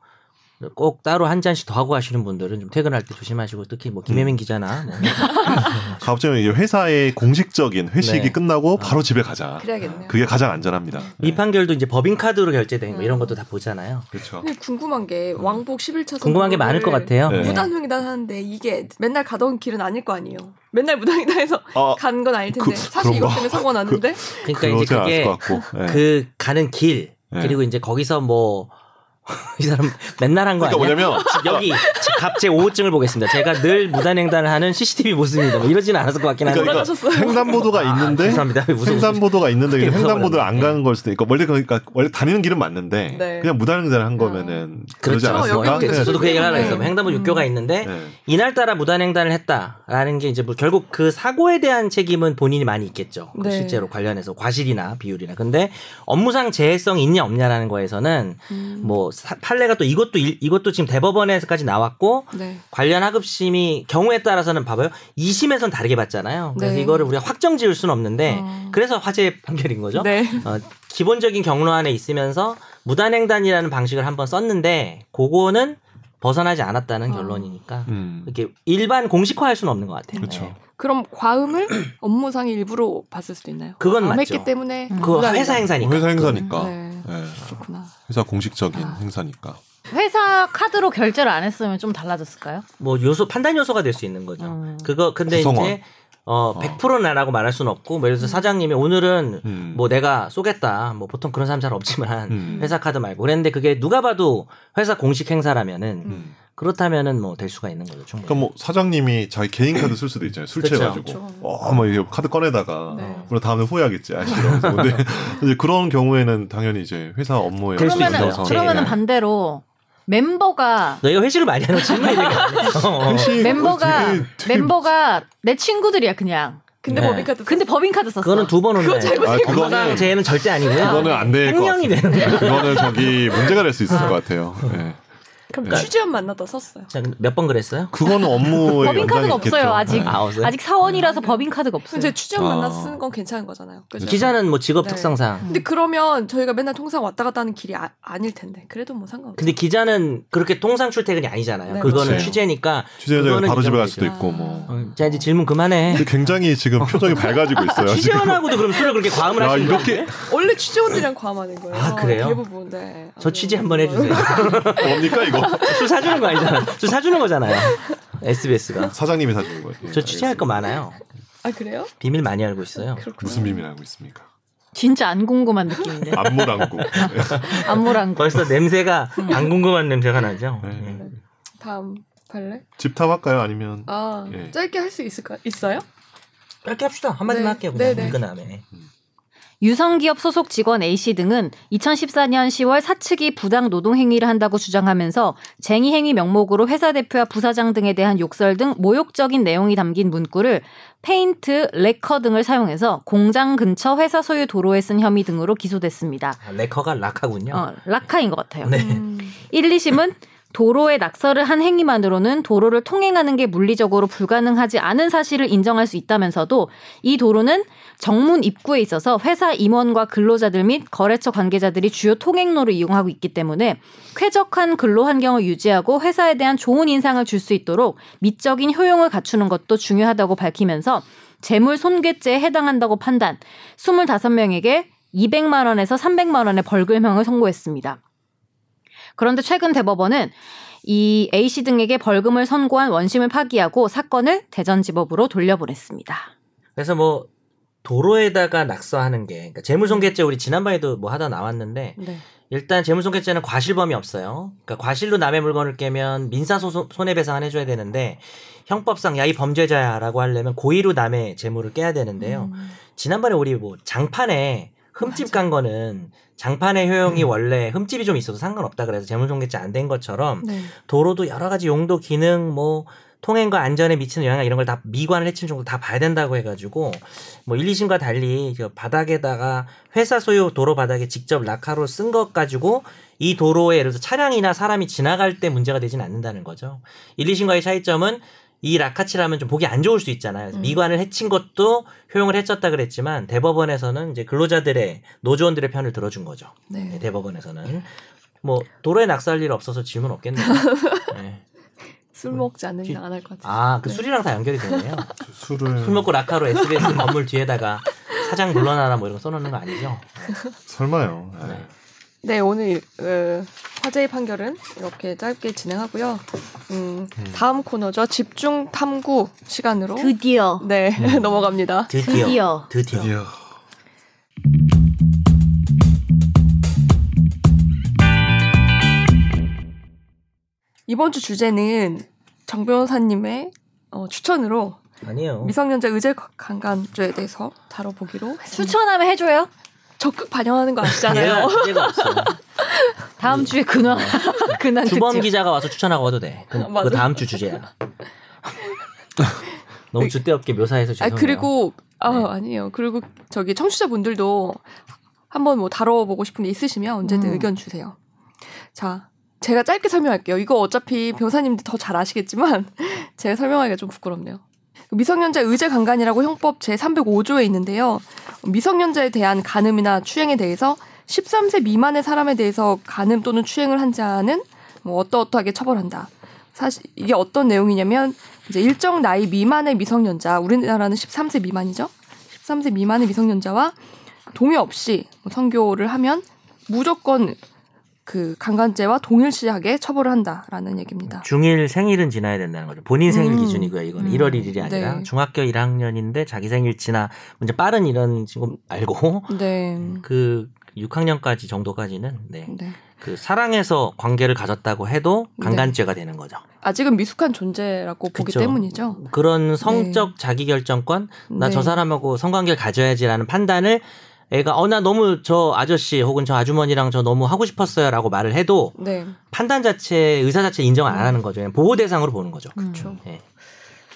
꼭 따로 한 잔씩 더 하고 가시는 분들은 좀 퇴근할 때 조심하시고 특히 뭐 음. 김혜민 기자나 네. 뭐 가급적 이제 회사의 공식적인 회식이 네. 끝나고 바로 집에 가자. 그래야겠네요. 그게 가장 안전합니다. 네. 미판결도 이제 법인카드로 결제된 거 이런 음. 것도 다 보잖아요. 그렇죠. 근데 궁금한 게 왕복 11차선 궁금한 게 많을 것 같아요. 네. 무단횡단 하는데 이게 맨날 가던 길은 아닐 거 아니에요. 맨날 무단횡단해서 아, 간 건 아닐 텐데 그- 사실 이것 그런가? 때문에 사고가 났는데 그러니까 그러지 이제 않을 그게 것 같고. 네. 그 가는 길 네. 그리고 이제 거기서 뭐 이 사람 맨날 한 거 그러니까 아니야? 뭐냐면 여기 갑제 5호증을 보겠습니다. 제가 늘 무단횡단을 하는 CCTV 모습입니다. 뭐 이러진 않았을 것 같긴 한데. 그러니까 돌아가셨어요. 횡단보도가 있는데 죄송합니다. 무슨 횡단보도가 있는데 그렇게 예. 그냥 횡단보도를 무서워요. 안 가는 걸 수도 있고 원래 그러니까 원래 다니는 길은 맞는데 네. 그냥 무단횡단을 한 거면은 그러지 그렇죠. 않았을까? 여기 그래서 있는 네. 저도 그 얘기를 하려고 했어요. 네. 횡단보 음. 6교가 있는데 네. 이날따라 무단횡단을 했다라는 게 이제 뭐 결국 그 사고에 대한 책임은 본인이 많이 있겠죠. 그 네. 실제로 관련해서 과실이나 비율이나. 근데 업무상 재해성이 있냐 없냐라는 거에서는 음, 뭐 사- 판례가 또 이것도 일- 이것도 지금 대법원에서까지 나왔고 네. 관련 하급심이 경우에 따라서는 봐봐요. 2심에선 다르게 봤잖아요. 그래서 네. 이거를 우리가 확정 지을 수는 없는데 어. 그래서 화재 판결인 거죠. 네. 어, 기본적인 경로 안에 있으면서 무단횡단이라는 방식을 한번 썼는데 그거는 벗어나지 않았다는 어. 결론이니까 음. 이렇게 일반 공식화할 수는 없는 것 같아요. 그렇죠. 네. 그럼 과음을 업무상의 일부로 봤을 수도 있나요? 그건 암했기 맞죠. 때문에 음. 그 무단횡단. 회사 행사니까. 그렇죠. 회사 행사니까. 네. 네. 그렇구나. 회사 공식적인 아. 행사니까. 회사 카드로 결제를 안 했으면 좀 달라졌을까요? 뭐 요소 판단 요소가 될 수 있는 거죠. 어. 음. 그거 근데 구성원. 이제 어 100%나라고 말할 수는 없고 뭐 예를 음. 들어서 사장님이 오늘은 음. 뭐 내가 쏘겠다. 뭐 보통 그런 사람 잘 없지만 음. 회사 카드 말고 그랬는데 그게 누가 봐도 회사 공식 행사라면은 음. 그렇다면은 뭐 될 수가 있는 거죠. 충분히. 그러니까 뭐 사장님이 자기 개인 카드 쓸 수도 있잖아요. 술 그렇죠. 취해가지고. 어, 그렇죠. 와뭐 이게 카드 꺼내다가 네. 물론 다음에 후회하겠지. 아시죠? 근데 이제 그런 경우에는 당연히 이제 회사 업무에 네. 예. 될수 그러면은 있어서. 네. 그러면은 반대로 멤버가 너희가 회식을 많이 하는 질문이 되게 많네. 어, 어. 회식 멤버가 되게- 되게- 멤버가 내 친구들이야 그냥. 근데 뭐 네. 법인카드 근데 법인카드 썼어. 그거는 두 번 온다. 그거 잘못 아 건강 그거는 재해는 절대 아니고요. 그거는 안 될 것 횡령이 같아요. 되는 거예요. 그거는 저기 문제가 될 수 있을 것 같아요. 네. 그럼 그러니까 네. 취지만 만나다 썼어요. 몇 번 그랬어요? 그거는 업무의 법인카드가 연장이 있겠죠. 없어요, 아직. 네. 아, 없어요? 아직 사원이라서 법인카드가 그럼 없어요. 이제 취지만 아. 만나 쓰는 건 괜찮은 거잖아요. 그죠? 기자는 뭐 직업 네. 특성상. 근데 그러면 저희가 맨날 통상 왔다 갔다 하는 길이 아, 아닐 텐데 그래도 뭐 상관없어요. 근데 기자는 그렇게 통상 출퇴근이 아니잖아요. 네. 그거는 그렇죠. 취재니까. 취재자가 그거는 바로 집에 갈 인정되죠. 수도 있고 뭐. 어, 자 이제 질문 그만해. 근데 굉장히 지금 표정이 밝아지고 있어요. 지금. 취재원하고도 그럼 술을 그렇게 과음을 야 하시는 네. 아, 이렇게 거예요? 원래 취재원들이랑 과음하는 거예요. 아, 그래요? 대부분 네. 아, 저 취재 한번 해주세요. 뭡니까 이거? 술 사주는 거 아니잖아요. 술 사주는 거잖아요. SBS가. 사장님이 사주는 거예요. 예, 저 취재할 거 알겠습니다. 많아요. 아 그래요? 비밀 많이 알고 있어요. 그렇군요. 무슨 비밀 알고 있습니까? 진짜 안 궁금한 느낌인데. 아, 안무랑고. 네. 안무랑 거. 벌써 냄새가 안 궁금한 냄새가 나죠. 네. 예. 다음 발레? 집탐할까요? 아니면 아 예. 짧게 할 수 있을까 있어요? 이렇게 합시다. 한마디만 네. 할게요. 그냥 네, 네. 네, 네. 유성기업 소속 직원 A씨 등은 2014년 10월 사측이 부당 노동 행위를 한다고 주장하면서 쟁의 행위 명목으로 회사 대표와 부사장 등에 대한 욕설 등 모욕적인 내용이 담긴 문구를 페인트, 레커 등을 사용해서 공장 근처 회사 소유 도로에 쓴 혐의 등으로 기소됐습니다. 아, 레커가 락하군요. 어, 라카인 것 같아요. 네. 음, 1, 2심은 도로에 낙서를 한 행위만으로는 도로를 통행하는 게 물리적으로 불가능하지 않은 사실을 인정할 수 있다면서도 이 도로는 정문 입구에 있어서 회사 임원과 근로자들 및 거래처 관계자들이 주요 통행로로 이용하고 있기 때문에 쾌적한 근로 환경을 유지하고 회사에 대한 좋은 인상을 줄 수 있도록 미적인 효용을 갖추는 것도 중요하다고 밝히면서 재물 손괴죄에 해당한다고 판단 25명에게 200만 원에서 300만 원의 벌금형을 선고했습니다. 그런데 최근 대법원은 이 A씨 등에게 벌금을 선고한 원심을 파기하고 사건을 대전지법으로 돌려보냈습니다. 그래서 뭐 도로에다가 낙서하는 게 그러니까 재물손괴죄 우리 지난번에도 뭐 하다 나왔는데 네. 일단 재물손괴죄는 과실범이 없어요. 그러니까 과실로 남의 물건을 깨면 민사 소 손해배상을 해줘야 되는데 형법상 야 이 범죄자야라고 하려면 고의로 남의 재물을 깨야 되는데요. 음. 지난번에 우리 뭐 장판에 흠집 맞아. 간 거는 장판의 효용이 원래 흠집이 좀 있어도 상관없다 그래서 재물손괴죄 안 된 것처럼 네. 도로도 여러 가지 용도 기능 뭐 통행과 안전에 미치는 영향 이런 걸 다 미관을 해친 정도 다 봐야 된다고 해가지고 뭐 1, 2심과 달리 저 바닥에다가 회사 소유 도로 바닥에 직접 라카로 쓴 것 가지고 이 도로에 예를 들어 차량이나 사람이 지나갈 때 문제가 되진 않는다는 거죠. 1, 2심과의 차이점은 이 라카칠하면 좀 보기 안 좋을 수 있잖아요. 그래서 음. 미관을 해친 것도 효용을 해쳤다 그랬지만 대법원에서는 이제 근로자들의 노조원들의 편을 들어준 거죠. 네, 네. 대법원에서는 뭐 도로에 낙서할 일 없어서 질문 없겠네요. 네. 술 먹지 않는 이상 안 할 것 같아요. 아그 네. 술이랑 다 연결이 되네요. 술을 술 먹고 라카로 SBS 건물 뒤에다가 사장 물러나라 뭐 이런 거 써놓는 거 아니죠? 설마요. 네. 네. 네, 오늘 어, 화제의 판결은 이렇게 짧게 진행하고요. 음, 음. 다음 코너죠. 집중 탐구 시간으로 드디어 네그 음. 넘어갑니다. 드디어 드디어 드디어, 드디어 이번 주 주제는 정 변호사님의 어, 추천으로 아니에요. 미성년자 의제 강간죄에 대해서 다뤄보기로 했습니다. 추천하면 해줘요. 적극 반영하는 거 아시잖아요. 얘가 주제가 없어. 다음 주에 근황 근황 두번 특집. 기자가 와서 추천하고 와도 돼. 그, 맞아. 그 다음 주 주제야. 너무 주대없게 묘사해서 아 죄송해요. 그리고 아 네. 아니에요. 그리고 저기 청취자분들도 한번 뭐 다뤄보고 싶은 게 있으시면 언제든 음. 의견 주세요. 자, 제가 짧게 설명할게요. 이거 어차피 변호사님들 더 잘 아시겠지만 제가 설명하기가 좀 부끄럽네요. 미성년자 의제 강간이라고 형법 제 305조에 있는데요. 미성년자에 대한 간음이나 추행에 대해서 13세 미만의 사람에 대해서 간음 또는 추행을 한 자는 뭐 어떠어떠하게 처벌한다. 사실 이게 어떤 내용이냐면 이제 일정 나이 미만의 미성년자, 우리나라는 13세 미만이죠. 13세 미만의 미성년자와 동의 없이 뭐 성교를 하면 무조건 그 강간죄와 동일시하게 처벌을 한다라는 얘기입니다. 중일 생일은 지나야 된다는 거죠. 본인 생일 음. 기준이고요. 이거는 음. 1월 1일이 아니라 네. 중학교 1학년인데 자기 생일 지나 이제 빠른 이런 지금 알고 네. 그 6학년까지 정도까지는 네. 네. 그 사랑해서 관계를 가졌다고 해도 강간죄가 되는 거죠. 아직은 미숙한 존재라고 보기 그쵸. 때문이죠. 그런 성적 자기 결정권 나 저 네. 사람하고 성관계를 가져야지라는 판단을 애가 어 나 너무 저 아저씨 혹은 저 아주머니랑 저 너무 하고 싶었어요라고 말을 해도 네. 판단 자체 의사 자체 인정 안 음. 하는 거죠. 그냥 보호 대상으로 보는 거죠. 음. 그렇죠. 네.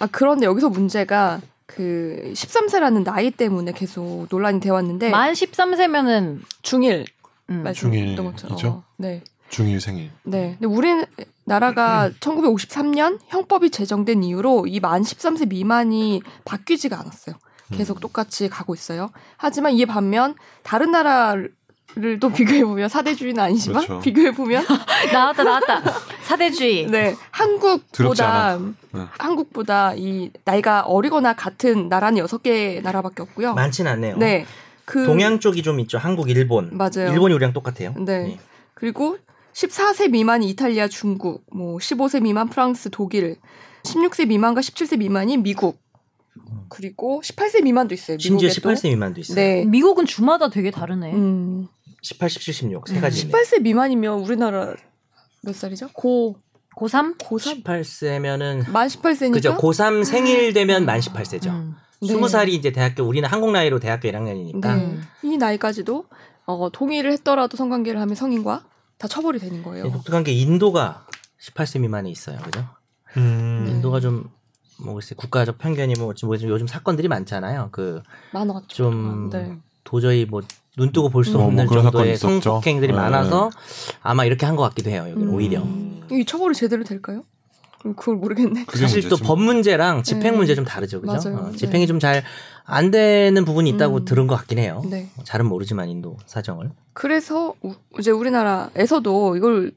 아 그런데 여기서 문제가 그 13세라는 나이 때문에 계속 논란이 되었는데 네. 만 13세면은 중일 음. 말씀드렸던 것처럼 중일이죠? 네. 중일 생일. 네. 음. 근데 우리나라가 1953년 형법이 제정된 이후로 이 만 13세 미만이 바뀌지가 않았어요. 계속 음. 똑같이 가고 있어요. 하지만 이에 반면 다른 나라를 또 비교해 보면 사대주의는 아니지만 그렇죠. 비교해 보면 나왔다 나왔다 사대주의 네 두렵지 한국보다 음, 않아. 응. 한국보다 이 나이가 어리거나 같은 나라는 여섯 개 나라밖에 없고요. 많지는 않네요. 네. 그 동양 쪽이 좀 있죠. 한국, 일본. 맞아요. 일본이 우리랑 똑같아요. 네. 그리고 14세 미만 이탈리아, 중국, 뭐 15세 미만 프랑스, 독일, 16세 미만과 17세 미만이 미국, 그리고 18세 미만도 있어요. 심지어 미국에도. 18세 미만도 있어요. 네. 미국은 주마다 되게 다르네. 음, 18, 17, 16. 음. 세 가지. 18세 미만이면 우리나라 몇 살이죠? 고 고3? 고3 18세면은 만 18세니까 아, 그죠. 고3 생일 되면 만 18세죠. 음. 네. 스무 살이 이제 대학교 우리는 한국 나이로 대학교 1학년이니까 네. 음. 이 나이까지도 어, 동의를 했더라도 성관계를 하면 성인과 다 처벌이 되는 예, 거예요. 독특한 게 인도가 18세 미만에 있어요. 그죠? 네. 음. 인도가 좀 뭐, 글쎄, 국가적 편견이 뭐, 어찌 뭐 요즘, 요즘 사건들이 많잖아요. 그, 많았죠. 좀, 네. 도저히 뭐, 눈 뜨고 볼 수 음. 없는 뭐 그런 정도의 사건이 있었죠. 성폭행들이 네. 많아서 아마 이렇게 한 것 같기도 해요. 여기는 음. 오히려. 이 처벌이 제대로 될까요? 그걸 모르겠네. 그게 사실 또 문제지. 법 문제랑 네. 집행 문제 좀 다르죠, 그죠? 맞아요. 어, 네. 집행이 좀 잘 안 되는 부분이 있다고 음. 들은 것 같긴 해요. 네. 잘은 모르지만 인도 사정을. 그래서 우- 이제 우리나라에서도 이걸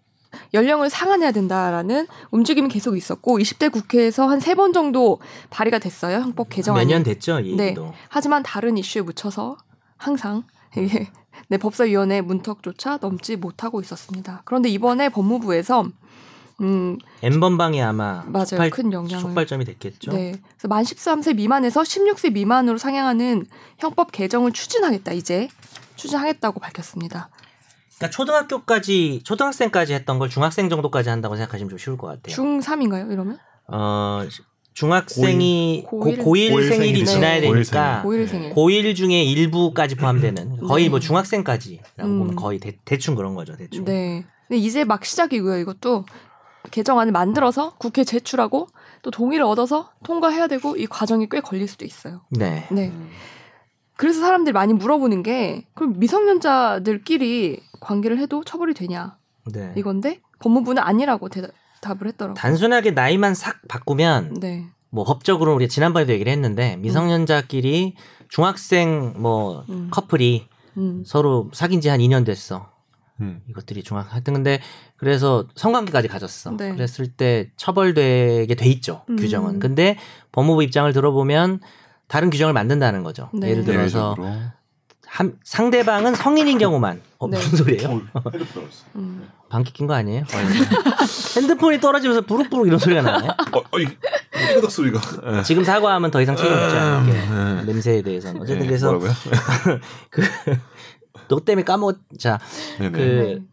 연령을 상한해야 된다라는 움직임이 계속 있었고 20대 국회에서 한 세 번 정도 발의가 됐어요 형법 개정안이. 몇 년 됐죠, 이 네. 얘기도. 하지만 다른 이슈에 묻혀서 항상 이게 내 법사위원회 문턱조차 넘지 못하고 있었습니다. 그런데 이번에 법무부에서 음 N번방이 아마 맞아요 촉발, 큰 영향을 촉발점이 됐겠죠. 네. 그래서 만 13세 미만에서 16세 미만으로 상향하는 형법 개정을 추진하겠다 이제 추진하겠다고 밝혔습니다. 그러니까 초등학교까지 초등학생까지 했던 걸 중학생 정도까지 한다고 생각하시면 좀 쉬울 것 같아요. 중3인가요 이러면? 어 중학생이 고일. 고, 일 고일 생일이 생일이죠. 지나야 네. 고일 되니까 고일 생일. 고일 중에 일부까지 포함되는 거의 네. 뭐 중학생까지라고 음. 보면 거의 대, 충 그런 거죠 대충. 네. 근데 이제 막 시작이고요, 이것도. 개정안을 만들어서 국회 에 제출하고 또 동의를 얻어서 통과해야 되고 이 과정이 꽤 걸릴 수도 있어요. 네. 네. 음. 그래서 사람들이 많이 물어보는 게 그럼 미성년자들끼리 관계를 해도 처벌이 되냐 네. 이건데 법무부는 아니라고 대답을 했더라고요. 단순하게 나이만 싹 바꾸면 네. 뭐 법적으로 우리가 지난번에도 얘기를 했는데 미성년자끼리 중학생 뭐 음. 커플이 음. 서로 사귄 지 한 2년 됐어. 음. 이것들이 중학 하여튼 근데 그래서 성관계까지 가졌어. 네. 그랬을 때 처벌되게 돼 있죠. 음. 규정은. 근데 법무부 입장을 들어보면 다른 규정을 만든다는 거죠. 네. 예를 들어서 예외적으로. 한- 상대방은 성인인 경우만 어, 네. 무슨 소리예요? 음. 방귀 낀 거 어, 아니에요? 예. 어이. 핸드폰이 떨어지면서 부룩부룩 이런 소리가 나네. 어, 어, 이 끄덕 소리가. 예. 지금 사과하면 더 이상 책임 없지 않을게. 예. 냄새에 대해서는 어쨌든 예, 그래서 뭐라고요? 너 때문에 까먹 자 네네. 그-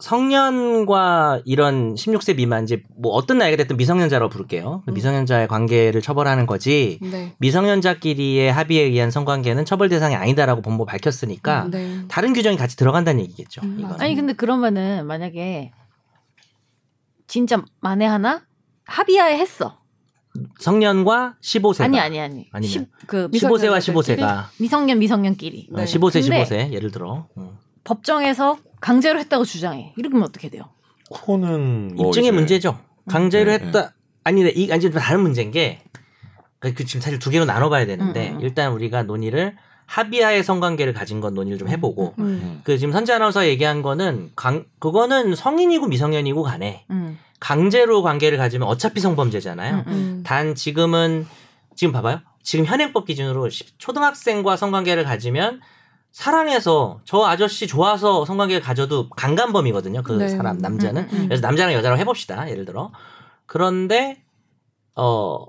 성년과 이런 16세 미만 이제 뭐 어떤 나이가 됐든 미성년자라고 부를게요. 그 음. 미성년자의 관계를 처벌하는 거지. 네. 미성년자끼리의 합의에 의한 성관계는 처벌 대상이 아니다라고 법무 밝혔으니까 네. 다른 규정이 같이 들어간다는 얘기겠죠. 음, 이거는. 아니 근데 그러면은 만약에 진짜 만에 하나 합의하에 했어. 성년과 15세 아니 아니 아니. 아니면 십- 그 15세와 미성년자끼리? 15세가 어, 미성년 미성년끼리 네. 15세 근데- 15세 예를 들어 음. 법정에서 강제로 했다고 주장해. 이러면 어떻게 돼요? 코는 뭐 입증의 이제- 문제죠. 강제로 네, 했다. 아니, 근데 이 아니 좀 다른 문제인 게, 그 지금 사실 두 개로 나눠봐야 되는데 음, 음. 일단 우리가 논의를 합의하에 성관계를 가진 건 논의를 좀 해보고 음. 음. 그 지금 선재 아나운서 얘기한 거는 강 그거는 성인이고 미성년이고 간에 음. 강제로 관계를 가지면 어차피 성범죄잖아요. 음, 음. 단 지금은 지금 봐봐요. 지금 현행법 기준으로 시- 초등학생과 성관계를 가지면 사랑해서 저 아저씨 좋아서 성관계를 가져도 강간범이거든요. 그 네. 사람 남자는 음, 음, 음. 그래서 남자랑 여자랑 해봅시다. 예를 들어. 그런데, 어,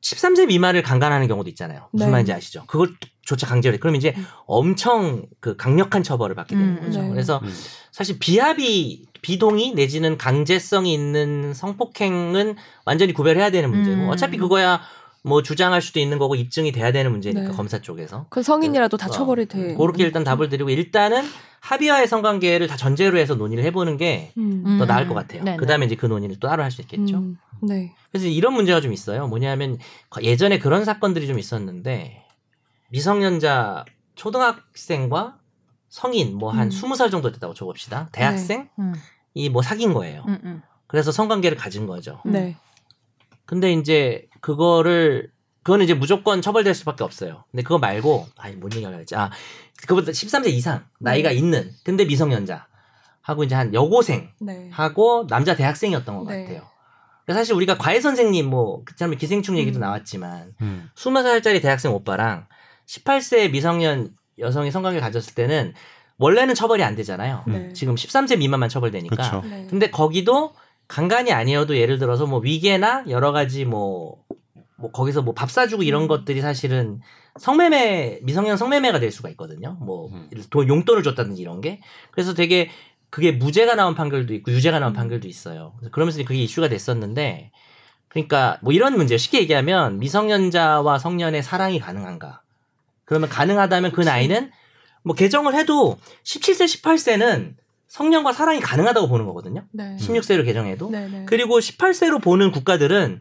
13세 미만을 강간하는 경우도 있잖아요. 무슨 네. 말인지 아시죠? 그걸 조차 강제로. 해. 그럼 이제 음. 엄청 엄청 그 강력한 처벌을 받게 되는 음, 거죠. 네. 그래서 음. 사실 비합의, 비동의 내지는 강제성이 있는 성폭행은 완전히 구별해야 되는 문제고 음. 어차피 그거야 뭐 주장할 수도 있는 거고 입증이 돼야 되는 네. 문제니까 검사 쪽에서. 그 성인이라도 다 어, 처벌이 돼. 그렇게 일단 답을 드리고 일단은 합의와의 성관계를 다 전제로 해서 논의를 해보는 게 음. 음. 더 나을 것 같아요. 네네. 그 다음에 이제 그 논의를 또 따로 할 수 있겠죠. 음. 네. 그래서 이런 문제가 좀 있어요. 뭐냐면 예전에 그런 사건들이 좀 있었는데 미성년자 초등학생과 성인 뭐 한 음. 스무 살 정도 됐다고 줘봅시다. 대학생이 음, 뭐 사귄 거예요. 음, 음. 그래서 성관계를 가진 거죠. 음. 네. 근데 이제 그거를 그거는 이제 무조건 처벌될 수밖에 없어요. 근데 그거 말고 아니 뭔 얘기하려고 했지? 아 그거보다 13세 이상 네. 나이가 있는 근데 미성년자 하고 이제 한 여고생 네. 하고 남자 대학생이었던 것 네. 같아요. 그러니까 사실 우리가 과외 선생님 뭐 그다음에 기생충 얘기도 음. 나왔지만 음. 20살짜리 대학생 오빠랑 18세 미성년 여성이 성관계 를 가졌을 때는 원래는 처벌이 안 되잖아요. 네. 지금 13세 미만만 처벌되니까. 음. 그렇죠. 네. 근데 거기도 강간이 아니어도 예를 들어서 뭐 위계나 여러 가지 뭐, 뭐 거기서 뭐 밥 사주고 음. 이런 것들이 사실은 성매매, 미성년 성매매가 될 수가 있거든요. 뭐, 음. 예를 들어 돈, 용돈을 줬다든지 이런 게. 그래서 되게 그게 무죄가 나온 판결도 있고 유죄가 나온 음. 판결도 있어요. 그래서 그러면서 그게 이슈가 됐었는데 그러니까 뭐 이런 문제예요. 쉽게 얘기하면 미성년자와 성년의 사랑이 가능한가. 그러면 가능하다면 그 나이는 뭐 개정을 해도 17세, 18세는 성년과 사랑이 가능하다고 보는 거거든요. 네. 16세로 개정해도 네. 네. 그리고 18세로 보는 국가들은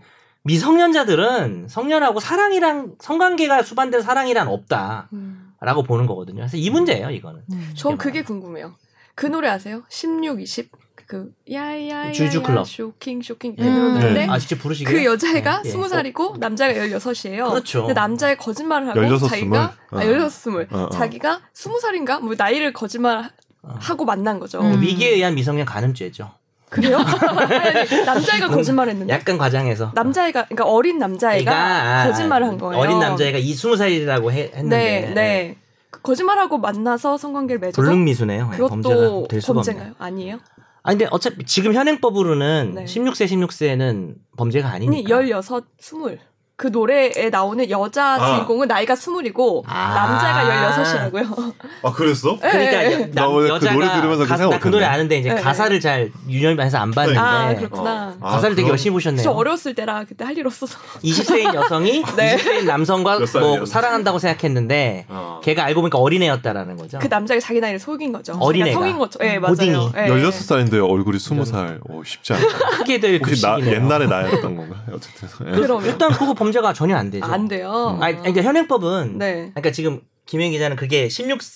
미성년자들은 성년하고 사랑이랑 성관계가 수반된 사랑이란 없다라고 음. 보는 거거든요. 그래서 이 문제예요, 이거는. 음. 전 그게 궁금해요. 그 노래 아세요? 16, 20. 그 야야야 주주 클럽. 쇼킹 쇼킹 그 예. 노래인데 네. 아 직접 부르시게. 그 여자애가 예. 스무 살이고 남자가 16이에요. 그렇죠. 근데 남자의 거짓말을 하고 16, 자기가 스물? 아, 16, 스물. 어, 어. 자기가 스무 살인가 뭐 나이를 거짓말하고 어. 만난 거죠. 음. 위기에 의한 미성년 가늠죄죠. 그래요? 아니, 남자애가 거짓말했는데 음. 약간 과장해서. 남자애가 그러니까 어린 남자애가 그러니까, 아, 거짓말을 한 거예요. 어린 남자애가 이 스무 살이라고 해- 했는데 네, 네. 그 거짓말하고 만나서 성관계를 맺어도 불능미수네요. 예, 그것도 범죄가 될 수가 없네요. 범죄인가요? 아니에요? 아 근데 어차피 지금 현행법으로는 네. 16세, 16세는 범죄가 아니 아니니까. 16, 20. 네, 그 노래에 나오는 여자 아. 주인공은 나이가 스물이고 아. 남자가 16이라고요. 아 그랬어? 예, 그러니까 예, 여- 예. 나 원래 그 여자가 노래 들으면서 그 가사- 생각 나그 노래 못했네. 아는데 이제 네, 가사를 잘 유념이 해서 안 봤는데 아, 그렇구나. 어. 가사를 되게 그럼- 열심히 보셨네요. 진짜 어렸을 때라 그때 할 일 없어서. 20세인 여성이 네. 20세인 남성과 몇 살이에요? 뭐 사랑한다고 생각했는데 어. 걔가 알고 보니까 어린애였다라는 거죠. 그 남자가 자기 나이를 속인 거죠. 어린애가. 자기가 성인 거죠. 예, 맞아요. 고딩이. 예, 예. 16살인데 얼굴이 20살. 어, 쉽지 않다. 크게들 혹시 네. 나 급식이네요. 옛날에 나였던 건가? 어쨌든. 예. 그러면 일단 그거 범죄가 전혀 안 되죠. 안 돼요. 아니, 그러니까 현행법은 네. 그러니까 지금 김행 기자는 그게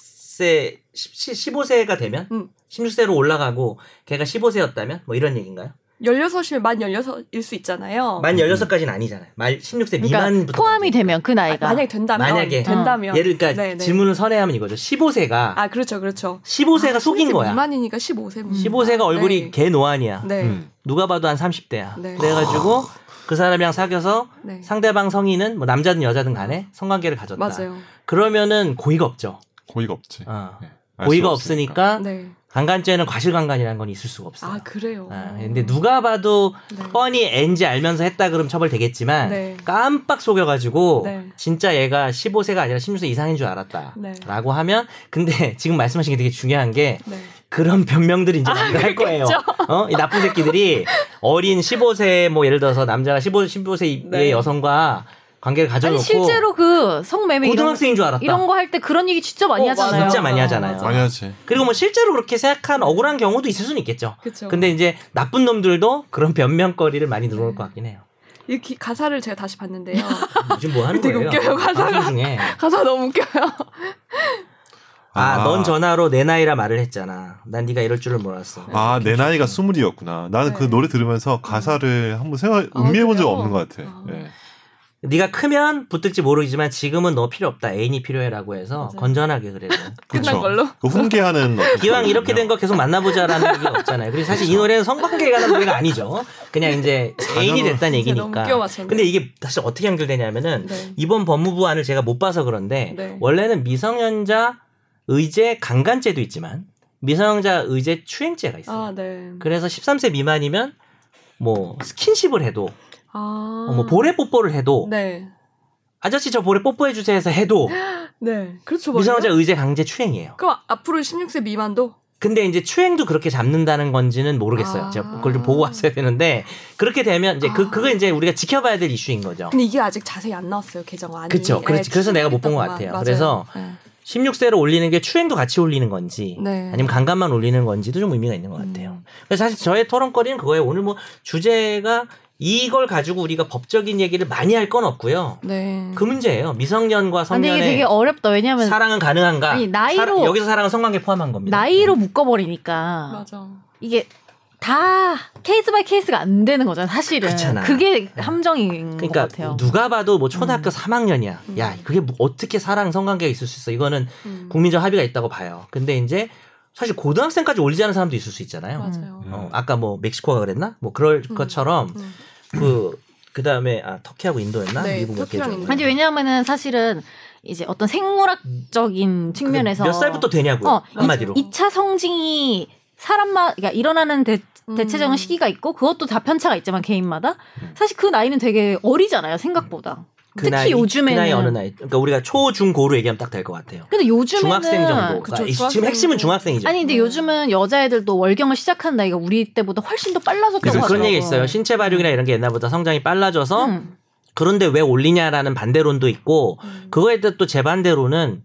16세 15세가 되면 음. 16세로 올라가고 걔가 15세였다면 뭐 이런 얘기인가요? 16이면 만 16일 수 있잖아요. 만 16까지는 아니잖아요. 말 16세 그러니까 미만부터 포함이 되면 그 아, 나이가 만약에 된다면 만약에. 된다면 얘를 그러니까 네, 네. 질문을 선회하면 이거죠. 15세가 아, 그렇죠. 그렇죠. 15세가 속인 거야. 미만이니까 15세. 뭐. 15세가 얼굴이 네. 개... 개 노안이야. 네. 음. 누가 봐도 한 30대야. 네. 그래가지고 아. 그 사람이랑 사귀어서 네. 상대방 성인은 뭐 남자든 여자든 간에 성관계를 음. 가졌다. 맞아요. 그러면은 고의가 없죠. 고의가 없지. 어. 예. 알 고의가 수가 없으니까 네. 강간죄는 과실강간이라는 건 있을 수가 없어요. 아, 그래요. 아, 근데 누가 봐도 네. 뻔히 N지 알면서 했다 그럼 처벌되겠지만 네. 깜빡 속여가지고 네. 진짜 얘가 15세가 아니라 16세 이상인 줄 알았다. 네. 라고 하면 근데 지금 말씀하신 게 되게 중요한 게 네. 그런 변명들이 이제 많이 할 거예요. 어? 이 나쁜 새끼들이 어린 15세 뭐 예를 들어서 남자가 15, 15세의 네. 여성과 관계를 아니 가져놓고 실제로 그 성매매 이런, 고등학생인 줄 알았다. 이런 거 할 때 그런 얘기 진짜 많이 어, 맞아요. 하잖아요. 진짜 많이 하잖아요. 많이 하지. 그리고 뭐 실제로 그렇게 생각한 억울한 경우도 있을 수는 있겠죠. 그렇죠. 근데 이제 나쁜 놈들도 그런 변명거리를 많이 늘어놓을 것 같긴 해요. 이 기- 가사를 제가 다시 봤는데요. 요즘 뭐 하는 되게 거예요? 웃겨요, 가사가. 방송 중에. 가사 너무 웃겨요. 아, 넌 전화로 내 나이라 말을 했잖아. 난 네가 이럴 줄을 몰랐어. 아, 내 나이가 스물이었구나. 나는 그 네. 아, 노래 들으면서 가사를 한번 생각, 음미해 본 적 그래요? 없는 것 같아. 아. 예. 네가 크면 붙을지 모르지만 지금은 너 필요 없다. 애인이 필요해라고 해서 맞아요. 건전하게 그래도 끝난 걸로. 그 훈계하는 어떤 기왕 이렇게 된 거거든요. 거 계속 만나보자라는 얘기 없잖아요. 그리고 사실 이 그렇죠. 노래는 성관계에 관한 노래가 아니죠. 그냥 이제 애인이 됐다는 진짜 너무 얘기니까. 웃겨 맞췄네. 근데 이게 사실 어떻게 연결되냐면은 네. 이번 법무부안을 제가 못 봐서 그런데 네. 원래는 미성년자 의제 강간죄도 있지만 미성년자 의제 추행죄가 있어요. 아, 네. 그래서 13세 미만이면 뭐 스킨십을 해도 아. 뭐 볼에 뽀뽀를 해도 네. 아저씨 저 볼에 뽀뽀해 주세요 해서 해도 네. 그렇죠. 미성년자 맞아요. 의제 강제 추행이에요. 그럼 앞으로 16세 미만도 근데 이제 추행도 그렇게 잡는다는 건지는 모르겠어요. 아. 제가 그걸 좀 보고 왔어야 되는데 그렇게 되면 이제 그 아. 그거 이제 우리가 지켜봐야 될 이슈인 거죠. 근데 이게 아직 자세히 안 나왔어요. 개정 안이. 그쵸. 그래서- 그래서 내가 못본것 같아요. 맞아요. 그래서 네. 16세로 올리는 게 추행도 같이 올리는 건지 네. 아니면 강간만 올리는 건지도 좀 의미가 있는 것 같아요. 음. 그래서 사실 저의 토론거리는 그거예요. 오늘 뭐 주제가 이걸 가지고 우리가 법적인 얘기를 많이 할 건 없고요. 네. 그 문제예요. 미성년과 음. 아, 근데 이게 성년의 되게 어렵다. 왜냐면 사랑은 가능한가? 아니, 나이로- 사랑- 여기서 사랑은 성관계 포함한 겁니다. 나이로 묶어버리니까 맞아. 이게 다 케이스 바이 케이스가 안 되는 거잖아. 사실은 그렇잖아. 게 함정인 네. 그러니까 것 같아요. 누가 봐도 뭐 초등학교 3학년이야. 음. 야, 그게 뭐 어떻게 사랑 성관계가 있을 수 있어? 이거는 음. 국민적 합의가 있다고 봐요. 근데 이제 사실 고등학생까지 올리지 않은 사람도 있을 수 있잖아요. 맞아요. 음. 어, 아까 뭐 멕시코가 그랬나? 뭐 그럴 음. 것처럼 음. 그 그다음에 아 터키하고 인도였나? 네, 미국 몇 개죠. 터키랑 인도. 아니 왜냐하면은 사실은 이제 어떤 생물학적인 측면에서 음. 그 몇 살부터 되냐고요. 어, 한마디로. 이- 2차 성징이 사람마다 그러니까 일어나는 대, 대체적인 음. 시기가 있고 그것도 다 편차가 있지만 개인마다 사실 그 나이는 되게 어리잖아요 음. 생각보다 그 특히 나이, 요즘에는 그 나이 어느 나이? 그러니까 우리가 초, 중, 고로 얘기하면 딱 될 것 같아요. 근데 요즘에는 중학생 정도. 그쵸, 그러니까 중학생 지금 핵심은 정도. 중학생이죠. 아니 근데 네. 요즘은 여자애들도 월경을 시작하는 나이가 우리 때보다 훨씬 더 빨라졌다고 그래서 하더라고요. 그런 얘기 있어요. 신체 발육이나 이런 게 옛날보다 성장이 빨라져서 음. 그런데 왜 올리냐라는 반대론도 있고 음. 그거에 대해 또 재반대로는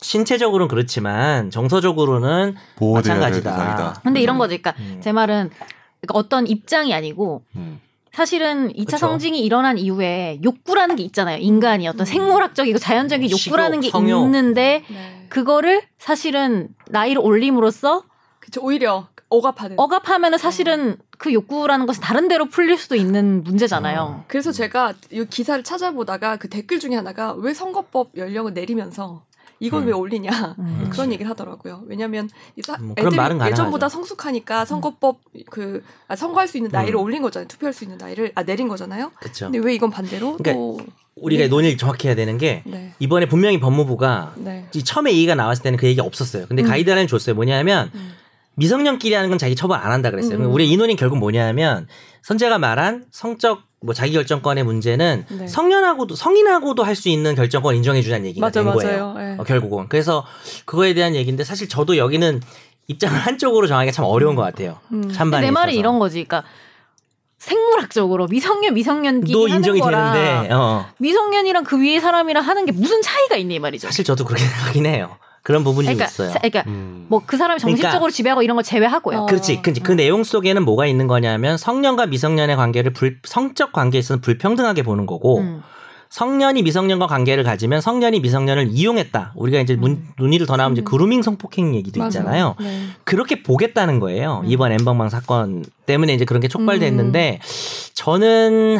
신체적으로는 그렇지만 정서적으로는 보호돼야 될 마찬가지다. 대상이다. 근데 이런 거지. 그러니까 음. 제 말은 그러니까 어떤 입장이 아니고 음. 사실은 2차 그쵸. 성징이 일어난 이후에 욕구라는 게 있잖아요. 인간이 어떤 음. 생물학적이고 자연적인 식욕, 욕구라는 게 성욕. 있는데 네. 그거를 사실은 나이를 올림으로써 그쵸. 오히려 어? 억압하는. 억압하면은 사실은 그 욕구라는 것이 다른 데로 풀릴 수도 있는 문제잖아요. 음. 그래서 제가 이 기사를 찾아보다가 그 댓글 중에 하나가 왜 선거법 연령을 내리면서 이걸 음. 왜 올리냐 그렇죠. 음. 그런 얘기를 하더라고요. 왜냐하면 이 사- 뭐 그런 애들이 말은 가능하죠. 예전보다 성숙하니까 선거법 그 아, 선거할 수 있는 나이를 음. 올린 거잖아요. 투표할 수 있는 나이를 아 내린 거잖아요. 그렇죠. 근데 왜 이건 반대로 그러니까- 또 우리가 논의를 정확히 해야 되는 게 네. 이번에 분명히 법무부가 네. 이 처음에 이의가 나왔을 때는 그 얘기 없었어요. 근데 음. 가이드라인 줬어요. 뭐냐면 음. 미성년끼리 하는 건 자기 처벌 안 한다 그랬어요. 음. 우리 의 인원인 결국 뭐냐면 선재가 말한 성적 뭐 자기 결정권의 문제는 네. 성년하고도 성인하고도 할 수 있는 결정권 인정해 주자는 얘기가 맞아 된 맞아요. 거예요. 예. 네. 어, 결국은 그래서 그거에 대한 얘기인데 사실 저도 여기는 입장을 한쪽으로 정하기가 참 어려운 것 같아요. 음. 찬반에 내 말이 있어서. 이런 거지. 그러니까 생물학적으로 미성년 미성년기 도 하는 인정이 거랑 되는데 어. 미성년이랑 그 위에 사람이랑 하는 게 무슨 차이가 있니 이 말이죠. 사실 저도 그렇게 생각하긴 해요. 그런 부분이 그러니까 있어요. 사- 그러니까 음. 뭐 그 사람이 정신적으로 그러니까- 지배하고 이런 걸 제외하고요. 어. 그렇지. 그, 그 내용 속에는 뭐가 있는 거냐면 성년과 미성년의 관계를 불- 성적 관계에 있어서 불평등하게 보는 거고 음. 성년이 미성년과 관계를 가지면 성년이 미성년을 이용했다. 우리가 이제 문- 음. 논의를 더 나오면 이제 음. 그루밍 성폭행 얘기도 맞아요. 있잖아요. 네. 그렇게 보겠다는 거예요. 음. 이번 엠방망 사건 때문에 이제 그런 게 촉발됐는데 저는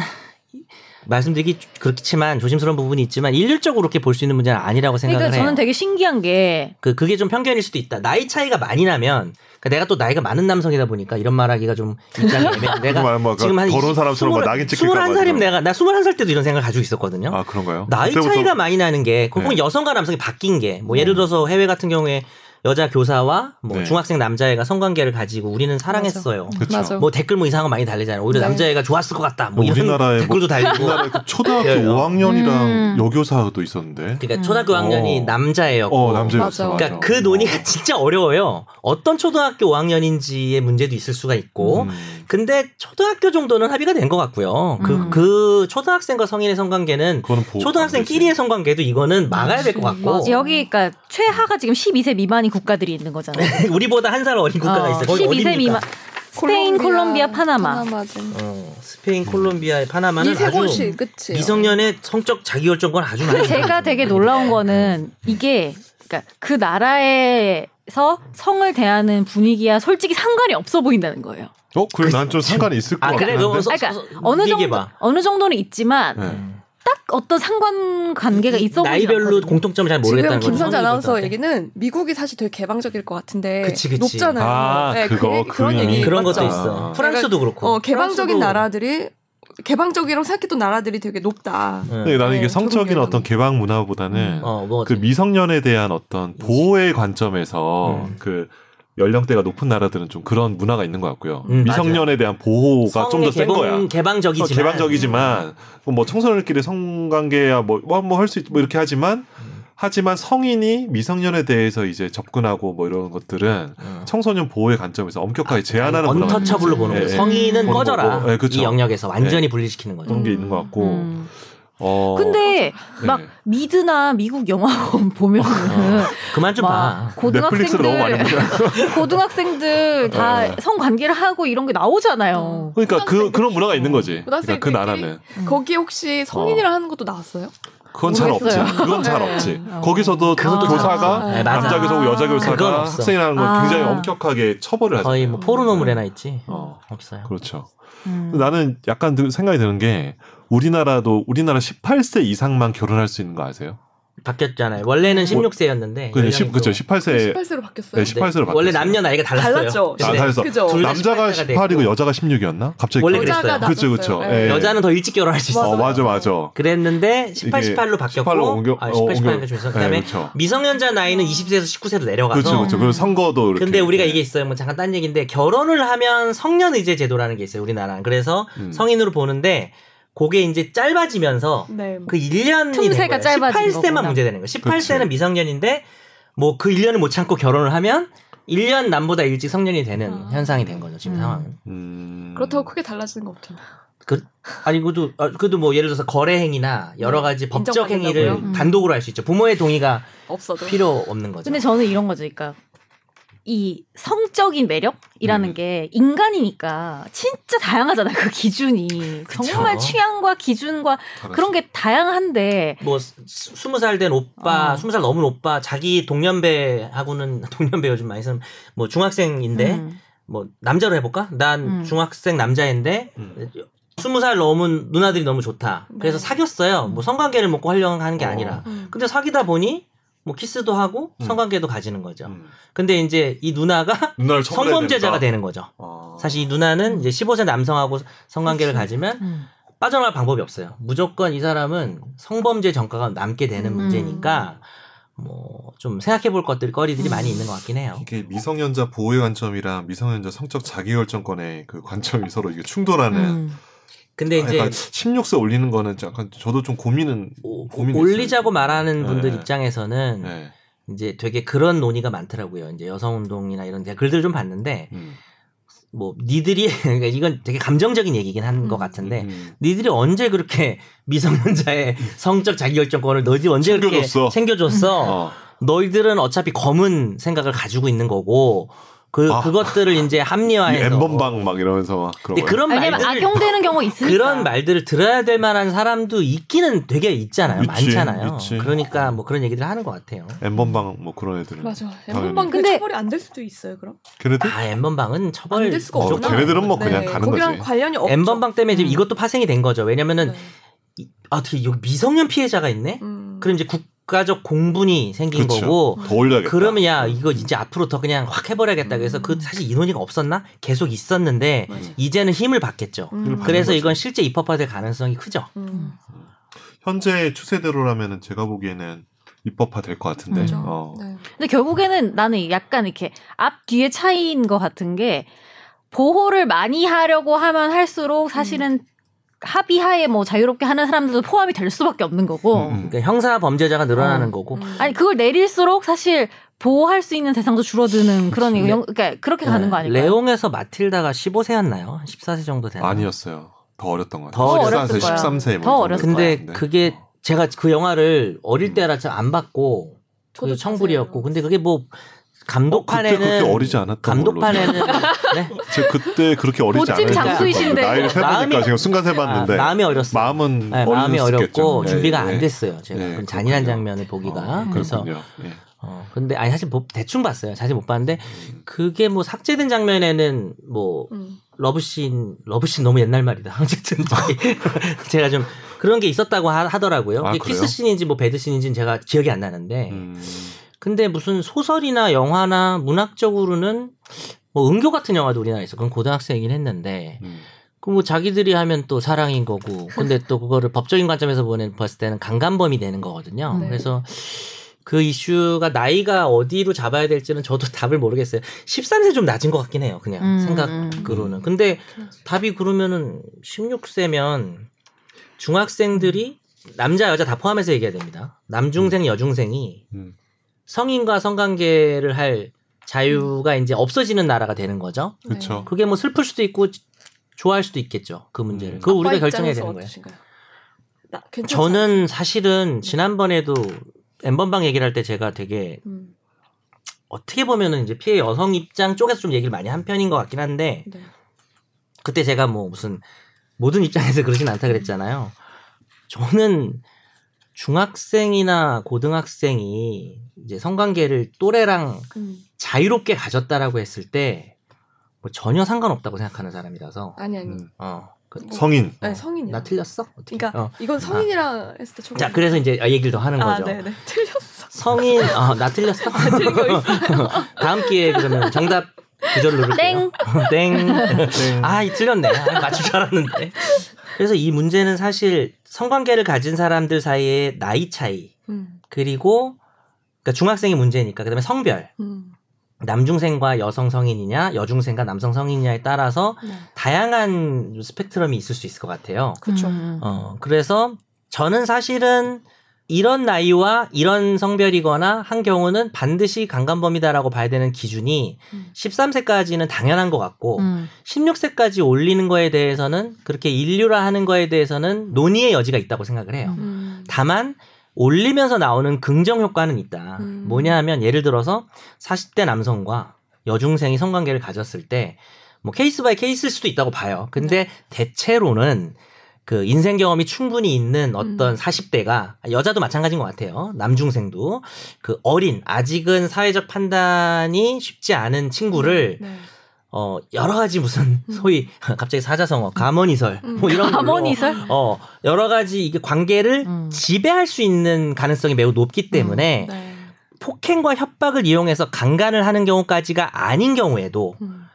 말씀드리기 그렇지만 조심스러운 부분이 있지만 일률적으로 그렇게 볼 수 있는 문제는 아니라고 생각을 그러니까 저는 해요. 되게 신기한 게 그 그게 좀 편견일 수도 있다. 나이 차이가 많이 나면 그러니까 내가 또 나이가 많은 남성이다 보니까 이런 말하기가 좀 입장이 애매. 내가 정말 뭐 지금 한 더러운 사람처럼 뭐 20, 낙인 찍힐까 봐 21살이면 지금. 내가 나 21살 때도 이런 생각을 가지고 있었거든요. 아 그런가요? 나이 그때부터- 차이가 많이 나는 게 그건 네. 여성과 남성이 바뀐 게 뭐 네. 예를 들어서 해외 같은 경우에 여자 교사와 뭐 네. 중학생 남자애가 성관계를 가지고 우리는 사랑했어요. 그쵸. 맞아. 뭐 댓글 뭐 이상한 거 많이 달리잖아요. 오히려 네. 남자애가 좋았을 것 같다. 뭐 뭐 이런 우리나라에 댓글도 달리고. 옛날에 그 초등학교 뭐. 예, 예. 5학년이랑 음. 여교사도 있었는데. 그러니까 초등학교 음. 학년이 어. 남자애였고 어 남자였어. 맞아. 맞아. 어. 음. 그러니까 그 논의가 진짜 어려워요. 어떤 초등학교 5학년인지의 문제도 있을 수가 있고. 음. 근데 초등학교 정도는 합의가 된 것 같고요. 그, 음. 그 초등학생과 성인의 성관계는 그거는 보호 초등학생끼리의 성관계도 이거는 막아야 될 것 같고 맞아. 여기 그러니까 최하가 지금 12세 미만인 국가들이 있는 거잖아요. 네. 우리보다 한 살 어린 국가가 어, 있어요. 거기 12세 어딥니까? 미만 스페인, 콜롬비아, 파나마. 파나마지. 어, 스페인, 콜롬비아, 파나마는 이세 아주 곳이 그치. 미성년의 성적 자기결정권 아주 많이. 제가 되게 놀라운 거는 이게 그러니까 그 나라에서 성을 대하는 분위기와 솔직히 상관이 없어 보인다는 거예요. 어 그래 난좀 상관이 있을 것 아 같긴 그래 한데. 그거 서- 그러니까 서- 서- 어느 정도 얘기해봐. 어느 정도는 있지만 네. 딱 어떤 상관 관계가 있어 보이지 나이별로 않거든요. 공통점을 잘 아, 지금 모르겠다는 거죠. 김선재 아나운서 성인들한테. 얘기는 미국이 사실 되게 개방적일 것 같은데 그치, 그치. 높잖아요. 아, 네, 그거, 그 얘기, 그런 그 얘기 의미. 그런 것도 맞죠? 있어. 아. 프랑스도 그렇고. 어, 개방적인 프랑스도- 나라들이 개방적이라고 생각했던 나라들이 되게 높다. 응. 근데 나는 이게 네, 성적인 조금 어떤 개방 문화보다는 음. 어, 음. 뭐 그 미성년에 대한 어떤 보호의 관점에서 음. 그 연령대가 높은 나라들은 좀 그런 문화가 있는 것 같고요. 음, 미성년에 대한 보호가 좀 더 센 거야. 어, 개방적이지만. 개방적이지만 뭐 청소년끼리 성관계야 뭐뭐할수 뭐 이렇게 하지만 하지만 성인이 미성년에 대해서 이제 접근하고 뭐 이런 것들은 어. 청소년 보호의 관점에서 엄격하게 제한하는 문화가 아, 언터처블로 있는 거죠. 보는 거죠. 예, 예. 성인은 보는 꺼져라. 거고. 예, 그쵸. 예. 이 영역에서 완전히 분리시키는 거죠. 그런 게 음. 있는 것 같고. 음. 뭐. 어, 근데 막 네. 미드나 미국 영화관 보면은 그만 좀 봐. 막 넷플릭스를 너무 많이 고등학생들 보잖아. 고등학생들 다 어. 성 관계를 하고 이런 게 나오잖아요. 그러니까 그 그런 문화가 있는 거지. 그러니까 그 고등학생들끼리? 나라는 음. 거기에 혹시 성인이라 하는 것도 나왔어요? 그건 잘 없지. 모르겠어요. 그건 잘 네. 없지. 어. 거기서도 그것도 잘 교사가 없어. 네, 맞아. 남자 교사고 여자 그건 교사가 없어. 학생이라는 건 아. 굉장히 엄격하게 처벌을 하잖아요. 거의 뭐 포르노물에나 있지. 어. 없어요. 그렇죠. 음. 나는 약간 드- 생각이 드는 게 우리나라도 우리나라 18세 이상만 결혼할 수 있는 거 아세요? 바뀌었잖아요. 원래는 16세였는데. 뭐, 그 10, 그렇죠. 18세 18세로 바뀌었어요. 네, 18세로 바뀌었어요. 원래 남녀 나이가 달랐어요. 달랐죠. 아, 근데 그래서 그죠? 둘 다 남자가 18세가 18이고 여자가 16이었나? 갑자기 원래 기억이 안 그랬어요. 나. 그쵸 그쵸. 낮았어요. 네. 예, 예. 여자는 더 일찍 결혼할 수 있어요. 어 맞아 맞아. 그랬는데 18, 이게 18로 바뀌었고 18로 옮겨- 아, 어, 18, 18로 옮겨- 바뀌었어. 예, 그다음에 그쵸. 미성년자 나이는 20세에서 19세로 내려가서 그렇죠 그렇죠. 그리고 선거도 이렇게. 예. 근데 우리가 이게 있어요. 뭐 잠깐 딴 얘기인데 결혼을 하면 성년 의제 제도라는 게 있어요. 우리나라는. 그래서 음. 성인으로 보는데 그게 이제 짧아지면서 네. 그 1년이 틈새가 짧아진 18세만 거구나. 문제되는 거예요. 18세는 그치. 미성년인데 뭐 그 1년을 못 참고 결혼을 하면 1년 남보다 일찍 성년이 되는 아. 현상이 된 거죠. 지금 음. 상황은. 음. 그렇다고 크게 달라지는 거 없잖아. 그 아니 그래도 아, 그래도 뭐 예를 들어서 거래 행위나 여러 가지 법적 행위를 인정받는다고요? 음. 단독으로 할 수 있죠. 부모의 동의가 없어도. 필요 없는 거죠. 근데 저는 이런 거죠. 그러니까 이 성적인 매력이라는 네. 음. 게 인간이니까 진짜 다양하잖아요. 그 기준이 정말 취향과 기준과 다르지. 그렇죠. 그런 게 다양한데 뭐 스- 스무 살 된 오빠, 어. 스무 살 넘은 오빠 자기 동년배하고는 동년배 요즘 많이 쓰는 뭐 중학생인데 음. 뭐 남자로 해볼까? 난 음. 중학생 남자인데 음. 스무 살 넘은 누나들이 너무 좋다. 그래서 네. 사귀었어요. 뭐 성관계를 먹고 하려고 하는 게 어. 아니라. 음. 근데 사귀다 보니 뭐 키스도 하고 음. 성관계도 가지는 거죠. 음. 근데 이제 이 누나가 누나를 처벌해야 성범죄자가 된다. 되는 거죠. 어. 사실 이 누나는 이제 15세 남성하고 성관계를 가지면 음. 빠져나갈 방법이 없어요. 무조건 이 사람은 성범죄 전과가 남게 되는 음. 문제니까 뭐 좀 생각해 볼 것들 음. 거리들이 많이 있는 것 같긴 해요. 이게 미성년자 보호의 관점이랑 미성년자 성적 자기결정권의 그 관점이 서로 이게 충돌하는 음. 근데 이제 약간 16세 올리는 거는 약간 저도 좀 고민은 오- 고민이 올리자고 있어요. 말하는 분들 네. 입장에서는 네. 이제 되게 그런 논의가 많더라고요. 이제 여성운동이나 이런 제가 글들 좀 봤는데 음. 뭐 니들이 그러니까 이건 되게 감정적인 얘기긴 한 것 음. 같은데 음. 니들이 언제 그렇게 미성년자의 성적 자기결정권을 너희들이 언제 챙겨줬어. 그렇게 챙겨줬어? 어. 너희들은 어차피 검은 생각을 가지고 있는 거고 그 아. 아, 그것들을 이제 합리화해서 어. 엠번방 막 이러면서 막 그런 근데 거. 그런 왜냐면 말들 악용되는 경우 있으니까. 그런 말들을 들어야 될 만한 사람도 있기는 되게 있잖아요. 있지, 많잖아요. 있지. 그러니까 뭐 그런 얘기들 하는 것 같아요. 엠번방 뭐 그런 애들은 맞아. 당연히. 엠번방 근데 근데- 처벌이 안 될 수도 있어요. 그럼 걔네들 아, 엠번방은 처벌 안될 수가 어, 없구나. 걔네들은 뭐 그냥 가는 거기랑 거지. 관련이 없죠. 엠번방 때문에 음. 지금 이것도 파생이 된 거죠. 왜냐면은 네. 이- 아, 되게 여기 미성년 피해자가 있네. 음. 그럼 이제 국가적 공분이 생긴 그쵸. 거고 뭐 더 올려야겠다. 그러면 야 음. 이거 이제 앞으로 더 그냥 확 해버려야겠다 그래서 그 사실 이 논의가 없었나 계속 있었는데 맞아. 이제는 힘을 받겠죠 음. 그걸 받는 그래서 거죠. 이건 실제 입법화될 가능성이 크죠 음. 현재 추세대로라면은 제가 보기에는 입법화 될 것 같은데. 맞아. 어. 네. 근데 결국에는 나는 약간 이렇게 앞 뒤의 차이인 것 같은 게 보호를 많이 하려고 하면 할수록 사실은 음. 합의하에 뭐 자유롭게 하는 사람들도 포함이 될 수밖에 없는 거고. 음, 음. 그러니까 형사 범죄자가 늘어나는 어. 거고 음. 아니 그걸 내릴수록 사실 보호할 수 있는 대상도 줄어드는 그런 그치. 영, 그러니까 그렇게 가는 거 네. 아닐까요? 레옹에서 마틸다가 15세였나요? 14세 정도 되나요? 아니었어요. 더 어렸던 것 더 같아요. 어렸을 14세, 거야. 13세. 뭐 더 어렸을 근데 그게 제가 그 영화를 음. 어릴 때라 좀안 봤고 저도 그 청불이었고 근데 그게 뭐 그때 감독판에는 그렇게 어리지 않았던 걸로. 감독판에는 네? 제가 그때 그렇게 어리지 않았던 보찜 장수이신데. 나이를 세보니까 마음이- 제가 순간 아, 세봤는데 마음이 어렸어요. 마음은 네, 어릴 마음이 수 어렵고 있겠죠. 네, 준비가 네. 안 됐어요. 제가 네, 그런 잔인한 그렇군요. 장면을 보기가 어, 그래서 그렇군요. 예. 어 근데 아니 사실 뭐 대충 봤어요. 사실 못 봤는데 그게 뭐 삭제된 장면에는 뭐 음. 러브씬 러브씬 너무 옛날 말이다. 어쨌든 저기 제가 좀 그런 게 있었다고 하, 더라고요 아, 그래요? 키스씬인지 뭐 배드씬인지는 제가 기억이 안 나는데 음. 근데 무슨 소설이나 영화나 문학적으로는 뭐 은교 같은 영화도 우리나라에서 그건 고등학생이긴 했는데 음. 그 뭐 자기들이 하면 또 사랑인 거고 근데 또 그거를 법적인 관점에서 보는 봤을 때는 강간범이 되는 거거든요. 네. 그래서 그 이슈가 나이가 어디로 잡아야 될지는 저도 답을 모르겠어요. 13세 좀 낮은 것 같긴 해요. 그냥 음, 생각으로는. 근데 그렇죠. 답이 그러면은 16세면 중학생들이 남자 여자 다 포함해서 얘기해야 됩니다. 남중생 여중생이 음. 성인과 성관계를 할 자유가 이제 없어지는 나라가 되는 거죠. 네. 그쵸. 그게 뭐 슬플 수도 있고 지- 좋아할 수도 있겠죠. 그 문제를. 음. 그거 우리가 아빠 결정해야 입장에서 되는 거예요. 어떠신가요? 나, 괜찮지 않아요? 저는 사실은 지난번에도 엠번방 얘기를 할 때 제가 되게 음. 어떻게 보면은 이제 피해 여성 입장 쪽에서 좀 얘기를 많이 한 편인 것 같긴 한데 네. 그때 제가 뭐 무슨 모든 입장에서 그러진 않다 그랬잖아요. 저는 중학생이나 고등학생이 이제 성관계를 또래랑 음. 자유롭게 가졌다라고 했을 때 뭐 전혀 상관없다고 생각하는 사람이라서 아니 아니. 음. 어. 그- 성인. 네, 성인이요. 나 틀렸어? 어떻게? 그러니까 어. 이건 성인이랑 했을 때 조금 자 그래서 이제 얘기를 더 하는 아, 거죠. 네, 네. 틀렸어. 성인 어, 나 틀렸어? 틀린 거 있어. 다음 기회에 그러면 정답 구절 누를게요. 땡. 땡. 아, 이 틀렸네. 아, 맞출 줄 알았는데. 그래서 이 문제는 사실 성관계를 가진 사람들 사이의 나이 차이 음. 그리고 그러니까 중학생이 문제니까 그다음에 성별 음. 남중생과 여성 성인이냐 여중생과 남성 성인이냐에 따라서 네. 다양한 스펙트럼이 있을 수 있을 것 같아요. 그렇죠. 음. 어, 그래서 저는 사실은 이런 나이와 이런 성별이거나 한 경우는 반드시 강간범이다라고 봐야 되는 기준이 음. 13세까지는 당연한 것 같고 음. 16세까지 올리는 거에 대해서는 그렇게 인류라 하는 거에 대해서는 논의의 여지가 있다고 생각을 해요. 음. 음. 다만 올리면서 나오는 긍정 효과는 있다. 음. 뭐냐 하면 예를 들어서 40대 남성과 여중생이 성관계를 가졌을 때 뭐 케이스 바이 케이스일 수도 있다고 봐요. 근데 네. 대체로는 그 인생 경험이 충분히 있는 어떤 음. 40대가 여자도 마찬가지인 것 같아요. 남중생도 그 어린 아직은 사회적 판단이 쉽지 않은 친구를 네. 어 여러 가지 무슨 소위 갑자기 사자성어 감언이설 음. 뭐 이런 걸로 감언이설? 어 여러 가지 이게 관계를 음. 지배할 수 있는 가능성이 매우 높기 때문에 네. 폭행과 협박을 이용해서 강간을 하는 경우까지가 아닌 경우에도 음.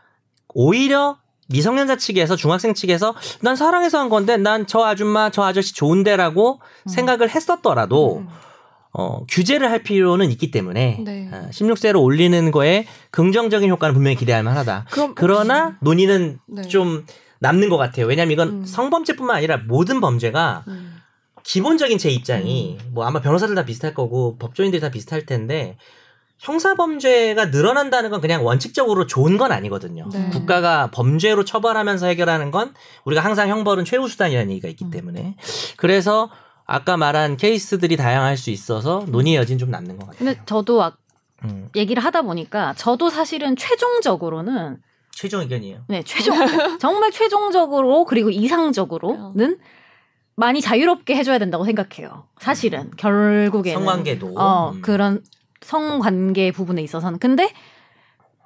오히려 미성년자 측에서 중학생 측에서 난 사랑해서 한 건데 난 저 아줌마 저 아저씨 좋은데라고 생각을 했었더라도 음. 어, 규제를 할 필요는 있기 때문에 네. 어, 16세로 올리는 거에 긍정적인 효과는 분명히 기대할 만하다. 그럼 그러나 논의는 음. 네. 좀 남는 것 같아요. 왜냐면 이건 음. 성범죄뿐만 아니라 모든 범죄가 음. 기본적인 제 입장이 음. 뭐 아마 변호사들 다 비슷할 거고 법조인들 다 비슷할 텐데 형사 범죄가 늘어난다는 건 그냥 원칙적으로 좋은 건 아니거든요. 네. 국가가 범죄로 처벌하면서 해결하는 건 우리가 항상 형벌은 최후 수단이라는 얘기가 있기 음. 때문에 그래서 아까 말한 케이스들이 다양할 수 있어서 논의 여진 좀 남는 것 같아요. 근데 저도 아- 음, 얘기를 하다 보니까 저도 사실은 최종적으로는 최종 의견이에요. 네, 최종 정말 최종적으로 그리고 이상적으로는 어. 많이 자유롭게 해줘야 된다고 생각해요. 사실은 결국에는 음. 성관계도 어 음. 그런 성관계 부분에 있어서는 근데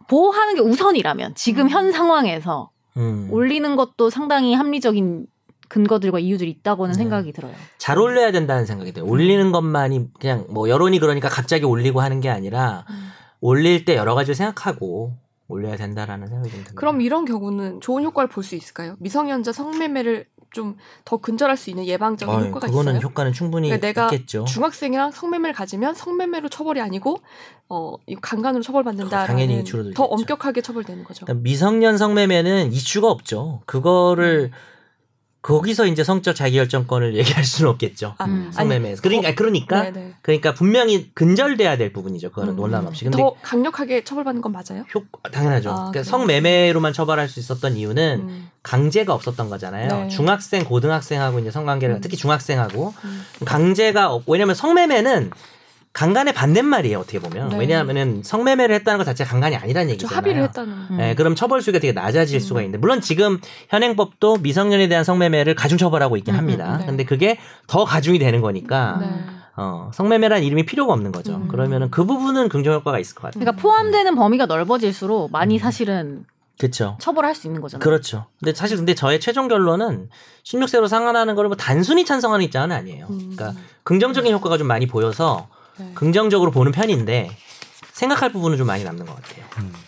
보호하는 게 우선이라면 지금 현 상황에서 음. 올리는 것도 상당히 합리적인 근거들과 이유들이 있다고는 네. 생각이 들어요. 잘 올려야 된다는 생각이 들어요. 올리는 것만이 그냥 뭐 여론이 그러니까 갑자기 올리고 하는 게 아니라 음. 올릴 때 여러 가지를 생각하고 올려야 된다라는 생각이 좀 듭니다. 그럼 이런 경우는 좋은 효과를 볼 수 있을까요? 미성년자 성매매를 좀 더 근절할 수 있는 예방적인 어이, 효과가 그거는 있어요? 효과는 충분히 그러니까 내가 있겠죠. 중학생이랑 성매매를 가지면 성매매로 처벌이 아니고 어, 이 강간으로 처벌받는다. 아, 당연히 줄어들겠죠. 더 엄격하게 처벌되는 거죠. 그러니까 미성년 성매매는 이슈가 없죠. 그거를 음. 거기서 이제 성적 자기결정권을 얘기할 수는 없겠죠. 아, 음. 아니, 성매매에서 그러니까 그러니까 네네. 그러니까 분명히 근절돼야 될 부분이죠. 그거는 음. 논란 없이. 근데 더 강력하게 처벌받는 건 맞아요? 효 당연하죠. 아, 그러니까 그래요? 성매매로만 처벌할 수 있었던 이유는 음, 강제가 없었던 거잖아요. 네. 중학생, 고등학생하고 이제 성관계를 음. 특히 중학생하고 음. 강제가 없고 왜냐면 성매매는 강간의 반대말이에요 어떻게 보면 네. 왜냐하면은 성매매를 했다는 것 자체가 강간이 아니라는 저 얘기잖아요. 합의를 했다는. 음. 예, 그럼 처벌 수위가 되게 낮아질 음. 수가 있는데 물론 지금 현행법도 미성년에 대한 성매매를 가중 처벌하고 있긴 음, 합니다. 음, 네. 근데 그게 더 가중이 되는 거니까 네. 어, 성매매란 이름이 필요가 없는 거죠. 음. 그러면은 그 부분은 긍정 효과가 있을 것 같아요. 그러니까 포함되는 범위가 넓어질수록 많이 사실은 그렇죠. 처벌할 수 있는 거잖아요. 그렇죠. 근데 사실 근데 저의 최종 결론은 16세로 상환하는 걸 뭐 단순히 찬성하는 입장은 아니에요. 음. 그러니까 그 긍정적인 효과가 좀 많이 보여서 네. 긍정적으로 보는 편인데 생각할 부분은 좀 많이 남는 것 같아요. 근데-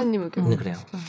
변호사님 의견. 네, 그래요. 음.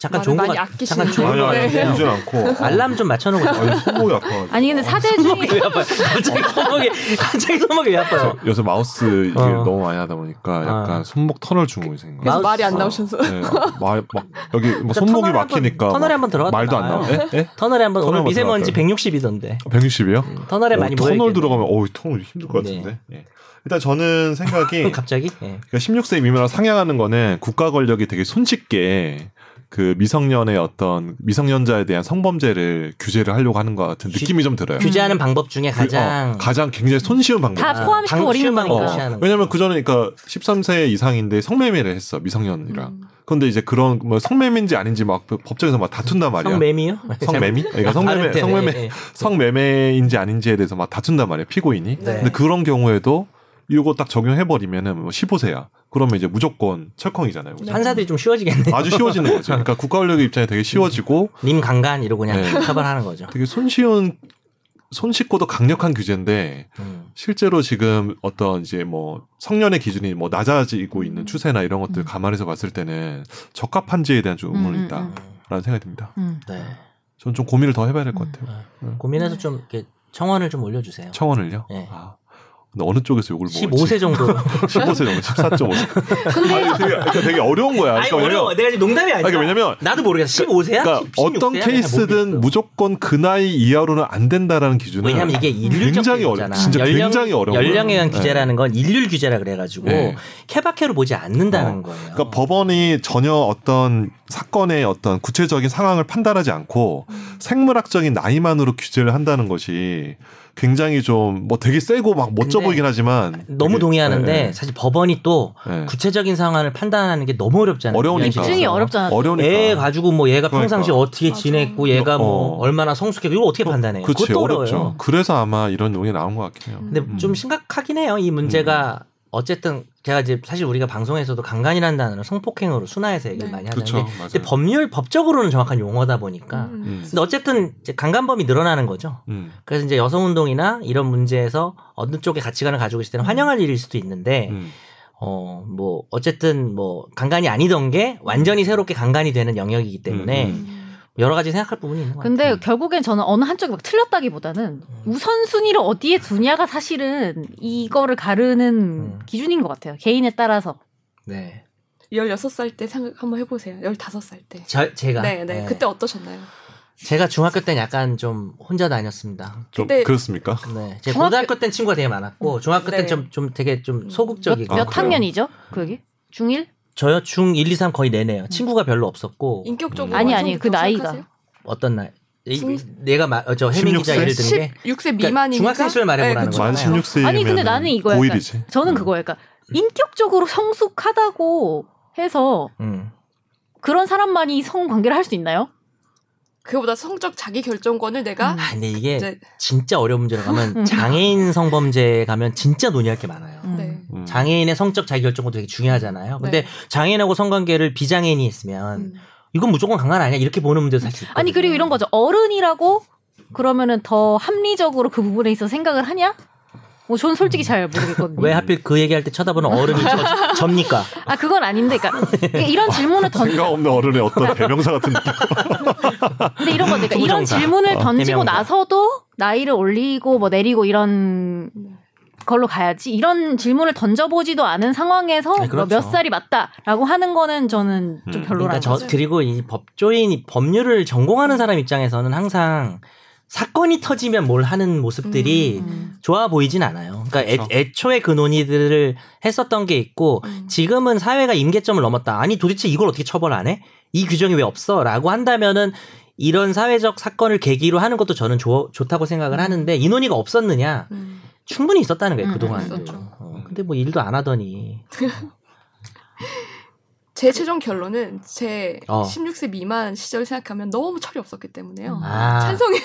잠깐 말을 좋은 거 많이 같- 잠깐 아끼시는데. 좋은 아니 거 아니 네. 같은데요. 보진 않고 알람 좀 맞춰놓고 아니 손목이 아파. 아니 근데 사제 중에 왜 아파요? 갑자기 손목이 갑자기 손목이 왜 아파요? 요새 마우스 이게 어. 너무 많이 하다 보니까 약간 어. 손목 터널 증후군이 생긴 거예요. 그래서 말이 안 마우스- 그러니까 나오셔서. 네, 말, 막 여기 뭐 손목이 터널에 한번- 막히니까 터널에 막 한번 들어갔다 말도 안 나와. 나와요. 예? 예? 터널에 한번 오늘 터널 미세먼지 같은 160이던데 음. 160이요? 터널에 많이 모여 터널 있겠네. 들어가면 어우 터널 힘들 것 네. 같은데. 예. 일단 저는 생각이 갑자기 예. 그러니까 16세 미만을 상향하는 거는 국가 권력이 되게 손쉽게 그 미성년의 어떤 미성년자에 대한 성범죄를 규제를 하려고 하는 것 같은 규- 느낌이 좀 들어요. 규제하는 방법 중에 그- 어, 가장 가장 굉장히 손쉬운 방법. 다 포함시켜 버리는 방법 거니까. 없이 하는 거. 왜냐면 그 전에 그러니까 13세 이상인데 성매매를 했어 미성년이랑. 그러니까. 음. 그런데 이제 그런 뭐 성매매인지 아닌지 막 법정에서 막 다툰단 말이야. 성매미요? 아, 성매미? 그러니까 성매매, 다른 성매매, 때네. 예, 예. 성매매인지 아닌지에 대해서 막 다툰단 말이야 피고인이. 네. 근데 그런 경우에도 이거 딱 적용해버리면은 뭐 15세야. 그러면 이제 무조건 철컹이잖아요. 그죠? 판사들이 좀 쉬워지겠네. 아주 쉬워지는 거죠. 그러니까 국가 권력 입장에 되게 쉬워지고 님 강간 이러고 그냥 네. 처벌하는 거죠. 되게 손쉬운 손쉽고도 강력한 규제인데 음. 실제로 지금 어떤 이제 뭐 성년의 기준이 뭐 낮아지고 있는 음. 추세나 이런 것들 음. 감안해서 봤을 때는 적합한지에 대한 좀 의문이 음, 음, 있다라는 음. 생각이 듭니다. 음. 네. 저는 좀 고민을 더 해봐야 될 것 음. 같아요. 고민해서 좀 이렇게 청원을 좀 올려주세요. 청원을요? 네. 아, 근데 어느 쪽에서 욕을 먹을지. 아, 15세 정도. 15세 정도, 14.5세. 아니, 되게, 그러니까 되게 어려운 거야. 아니 그러니까 어려워. 왜냐면, 내가 지금 농담이 아니, 아니라. 그러니까 왜냐면 나도 모르겠어. 15세야? 그러니까 어떤 케이스든 무조건 그 나이 이하로는 안 된다라는 기준은 뭐, 왜냐면 이게 인률적 음. 굉장히 어려- 규제잖아. 진짜 굉장히 어려운 거예요. 연령에 대한 네. 규제라는 건 인률 규제라 그래가지고 네. 케바케로 보지 않는다는 어. 거예요. 그러니까 법원이 전혀 어떤 사건의 어떤 구체적인 상황을 판단하지 않고 생물학적인 나이만으로 규제를 한다는 것이 굉장히 좀 뭐 되게 세고 막 멋져 근데 보이긴 하지만 너무 되게- 동의하는데 예, 사실 법원이 또 예, 예. 구체적인 구체적인 상황을 판단하는 게 너무 어렵잖아요. 어려우니까. 입증이 어렵잖아. 어려우니까 애 가지고 뭐 얘가 그러니까. 평상시 어떻게 맞아. 지냈고 얘가 뭐 어. 얼마나 성숙해 이걸 어떻게 판단해요? 그치, 네, 그것도 어려워요. 어렵죠. 그래서 아마 이런 논의 나온 것 같긴 해요. 근데 음. 좀 심각하긴 해요. 이 문제가 어쨌든 제가 이제 사실 우리가 방송에서도 강간이라는 단어를 성폭행으로 순화해서 얘기를 네. 많이 하는데 그렇죠, 근데 맞아요. 법률 법적으로는 정확한 용어다 보니까 음. 음. 근데 어쨌든 이제 강간범이 늘어나는 거죠. 음. 그래서 이제 여성 운동이나 이런 문제에서 어느 쪽의 가치관을 가지고 있을 때는 환영할 일일 수도 있는데 음. 어 뭐 어쨌든 뭐 강간이 아니던 게 완전히 새롭게 강간이 되는 영역이기 때문에 음. 여러 가지 생각할 부분이 있는 것 같아요. 근데 결국엔 저는 어느 한쪽이 막 틀렸다기보다는 우선순위를 어디에 두냐가 사실은 이거를 가르는 음. 기준인 것 같아요. 개인에 따라서. 네. 16살 때 생각 한번 해보세요. 15살 때. 저, 제가 네, 네. 예. 그때 어떠셨나요? 제가 중학교 때는 약간 좀 혼자 다녔습니다. 좀 그때- 그렇습니까? 네, 제 중학교- 음. 고등학교 때는 친구가 되게 많았고 중학교 네. 때는 좀, 좀 되게 좀 소극적이고 아, 몇 그래요? 학년이죠? 그게? 중1? 저요 중 1, 2, 3 거의 내내요. 친구가 별로 없었고 인격적으로. 아니, 아니, 그 완성됐다고 나이가. 생각하세요? 어떤 나이? 이- 중- 내가 마, 어, 저 해민 기자 16세? 예를 든 게 16세 그러니까 미만이니까. 네, 중학생 시절 말해보라는 그쵸. 만 거잖아요. 16세이면 아니, 근데 나는 이거야. 고1이지. 저는 음. 그거예요. 그러니까 인격적으로 성숙하다고 해서 음. 그런 사람만이 성관계를 할 수 있나요? 그거보다 성적 자기 결정권을 내가 아, 근데 이게 이제 진짜 어려운 문제로 네. 음. 가면 장애인 성범죄에 가면 진짜 논의할 게 많아요. 음. 네. 음. 장애인의 성적 자기결정도 되게 중요하잖아요. 어, 근데 네. 장애인하고 성관계를 비장애인이 했으면 음. 이건 무조건 강간 아니야 이렇게 보는 분들 사실 있거든요. 아니 그리고 이런 거죠. 어른이라고 그러면은 더 합리적으로 그 부분에 있어 생각을 하냐? 뭐 저는 솔직히 잘 모르겠거든요. 왜 하필 그 얘기할 때 쳐다보는 어른이 저, 접니까? 아 그건 아닌데, 그러니까 이런 질문을 던 생각 없는 어른의 어떤 대명사 같은 느낌. 근데 이런 거죠. 그러니까 이런 총정사. 질문을 어, 던지고 대명사. 나서도 나이를 올리고 뭐 내리고 이런 걸로 가야지. 이런 질문을 던져보지도 않은 상황에서 네, 뭐 그렇죠. 몇 살이 맞다라고 하는 거는 저는 좀 음. 별로라는 그러니까 저 거죠. 그리고 이 법조인 이 법률을 전공하는 사람 입장에서는 항상 사건이 터지면 뭘 하는 모습들이 음. 좋아 보이진 않아요. 그러니까 애, 그렇죠. 애초에 그 논의들을 했었던 게 있고 음. 지금은 사회가 임계점을 넘었다. 아니 도대체 이걸 어떻게 처벌 안 해? 이 규정이 왜 없어? 라고 한다면은 이런 사회적 사건을 계기로 하는 것도 저는 좋, 좋다고 생각을 하는데 이 논의가 없었느냐? 음. 충분히 있었다는 거예요 음, 그동안. 있었죠. 어, 근데 뭐 일도 안 하더니 제 최종 결론은 제 어. 16세 미만 시절 생각하면 너무 철이 없었기 때문에요. 아. 네. 찬성해요.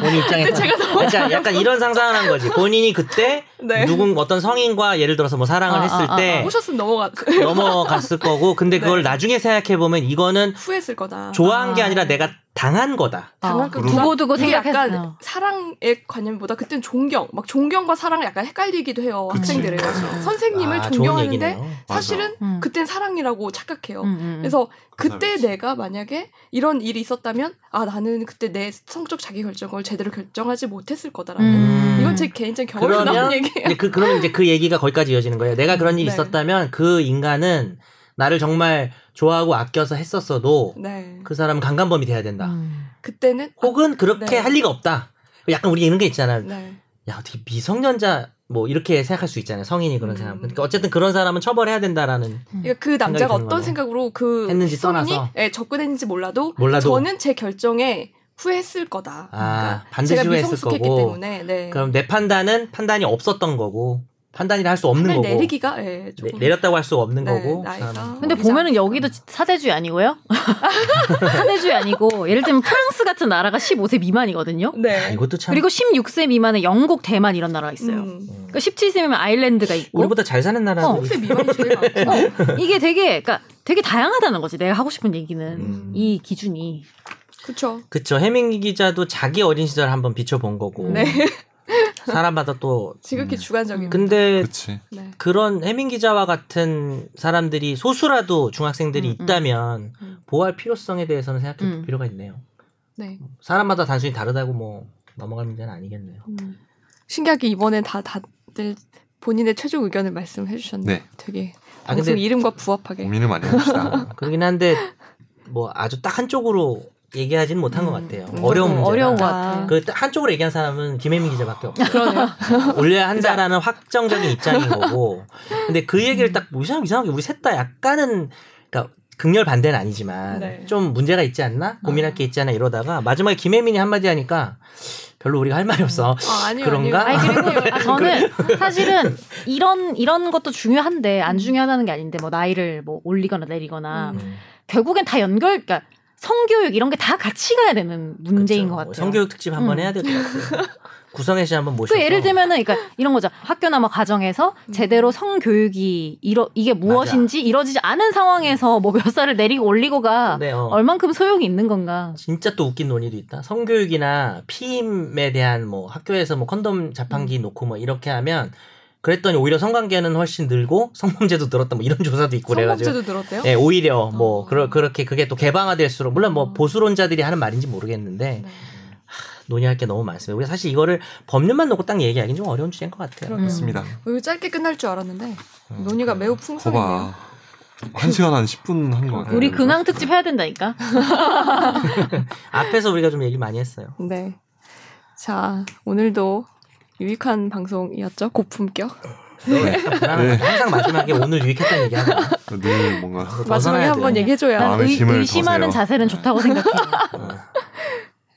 본인 입장에서 그러니까 제가 너무 약간, 약간 이런 상상을 한 거지. 본인이 그때 네. 누군 어떤 성인과 예를 들어서 뭐 사랑을 아, 했을 아, 아, 때 네. 오셨으면 넘어갔 넘어갔을 거고 근데 그걸 네. 나중에 생각해 보면 이거는 후회했을 거다. 좋아한 게 아. 아니라 내가 당한 거다. 당할 어, 거 두고두고 이게 아, 그러니까 아, 약간 생각했어요. 사랑의 관념보다 그땐 존경, 막 존경과 사랑을 약간 헷갈리기도 해요 그치. 학생들은 맞아. 선생님을 아, 좋은 존경하는데 얘기네요. 사실은 맞아. 음. 그땐 사랑이라고 착각해요. 음, 음. 그래서 그때 그치. 내가 만약에 이런 일이 있었다면 아 나는 그때 내 성적 자기 결정을 제대로 결정하지 못했을 거다라는 음. 이건 제 개인적인 경험에서 그러면 나온 얘기예요. 이제 그 그러면 이제 그 얘기가 거기까지 이어지는 거예요. 내가 그런 일이 네. 있었다면 그 인간은 나를 정말 좋아하고 아껴서 했었어도 네. 그 사람은 강간범이 돼야 된다. 음. 그때는 혹은 그렇게 네. 할 리가 없다. 약간 우리 이런 게 있잖아요. 네. 야 어떻게 미성년자 뭐 이렇게 생각할 수 있잖아요. 성인이 음. 그런 사람. 그러니까 어쨌든 그런 사람은 처벌해야 된다라는 그러니까 그 남자가 드는 어떤 거네. 생각으로 그 했는지 성인이 떠나서. 예, 접근했는지 몰라도, 몰라도 저는 제 결정에 후회했을 거다. 그러니까 아 제가 반드시 후회했을 미성숙했기 거고. 때문에 네. 그럼 내 판단은 판단이 없었던 거고 판단이라 할 수 없는 판단을 거고 네, 내리기가 예, 조금 내, 렸다고 할 수 없는 네, 거고. 나이가. 사람은. 뭐 근데 어디지 보면은 않을까? 여기도 사대주의 아니고요. 사대주의 아니고 예를 들면 프랑스 같은 나라가 15세 미만이거든요. 아, 네. 이것도 참 그리고 16세 미만의 영국, 대만 이런 나라가 있어요. 음. 음. 그러니까 17세 미만 아일랜드가 있고 우리보다 잘 사는 나라. 어. 혹시 미만이 제일 많고. 어, 이게 되게 그러니까 되게 다양하다는 거지. 내가 하고 싶은 얘기는 음. 이 기준이. 그렇죠. 그쵸 해밍 기자도 자기 어린 시절 한번 비춰본 거고 네. 사람마다 또 지극히 주관적인. 음. 근데 그치. 네. 그런 해밍 기자와 같은 사람들이 소수라도 중학생들이 음, 음. 있다면 음. 보호할 필요성에 대해서는 생각해 볼 음. 필요가 있네요. 네. 사람마다 단순히 다르다고 뭐 넘어갈 문제는 아니겠네요. 음. 신기하게 이번엔 다 다들 본인의 최종 의견을 말씀해 주셨네요. 네. 되게 어, 아, 방송 근데- 음. 아, 이름과 부합하게. 고민을 많이 합시다. 그러긴 한데 뭐 아주 딱 한쪽으로 얘기하지는 못한 것 음, 같아요. 음, 어려운 음, 문제. 어려운 것 아. 같아요. 그 한쪽으로 얘기한 사람은 김혜민 기자밖에 없어요. 그러네요. 올려야 한다라는 확정적인 입장인 거고. 근데 그 얘기를 딱 이상 이상하게 우리 셋 다 약간은 그러니까 극렬 반대는 아니지만 네. 좀 문제가 있지 않나 고민할 게 있지 않나 이러다가 마지막에 김혜민이 한마디 하니까 별로 우리가 할 말이 없어. 아, 아니요. 그런가? 아니요. 아니 그리고 아, 저는 사실은 이런 이런 것도 중요한데 안 중요하다는 게 아닌데 뭐 나이를 뭐 올리거나 내리거나 음. 결국엔 다 연결 그러니까 성교육 이런 게 다 같이 가야 되는 문제인 그렇죠. 것 같아요. 성교육 특집 한번 음. 해야 될 것 같아요. 구성혜 씨 한번 모셔서. 그 예를 들면은 그러니까 이런 거죠. 학교나 뭐 가정에서 제대로 성교육이 이러 이게 무엇인지 이루어지지 않은 상황에서 뭐 몇 살을 내리고 올리고가 네, 어. 얼만큼 소용이 있는 건가. 진짜 또 웃긴 논의도 있다. 성교육이나 피임에 대한 뭐 학교에서 뭐 콘돔 자판기 음. 놓고 뭐 이렇게 하면 그랬더니 오히려 성관계는 훨씬 늘고 성범죄도 늘었다 뭐 이런 조사도 있고 그래가지고 성범죄도 늘었대요. 예, 오히려 뭐 어. 그러, 그렇게 그게 또 개방화될수록 물론 아. 뭐 보수론자들이 하는 말인지 모르겠는데 네. 논의할 게 너무 많습니다. 우리가 사실 이거를 법률만 놓고 딱 얘기하기는 좀 어려운 주제인 것 음. 같아요. 음. 그럼요. 맞습니다. 오늘 짧게 끝날 줄 알았는데 논의가 매우 풍성했네요. 거봐. 한 시간 한 10분 한 거 같아요. 우리 근황 특집 해야 된다니까. 그러니까 앞에서 우리가 좀 얘기 많이 했어요. 네. 자, 오늘도 유익한 방송이었죠? 고품격. 네. 항상 마지막에 오늘 유익했다는 얘기 하고 늘 뭔가 마지막에 한번 얘기해줘야. 아. 난 마음의 의, 힘을 의심하는 더세요. 자세는 좋다고 생각해요. 어.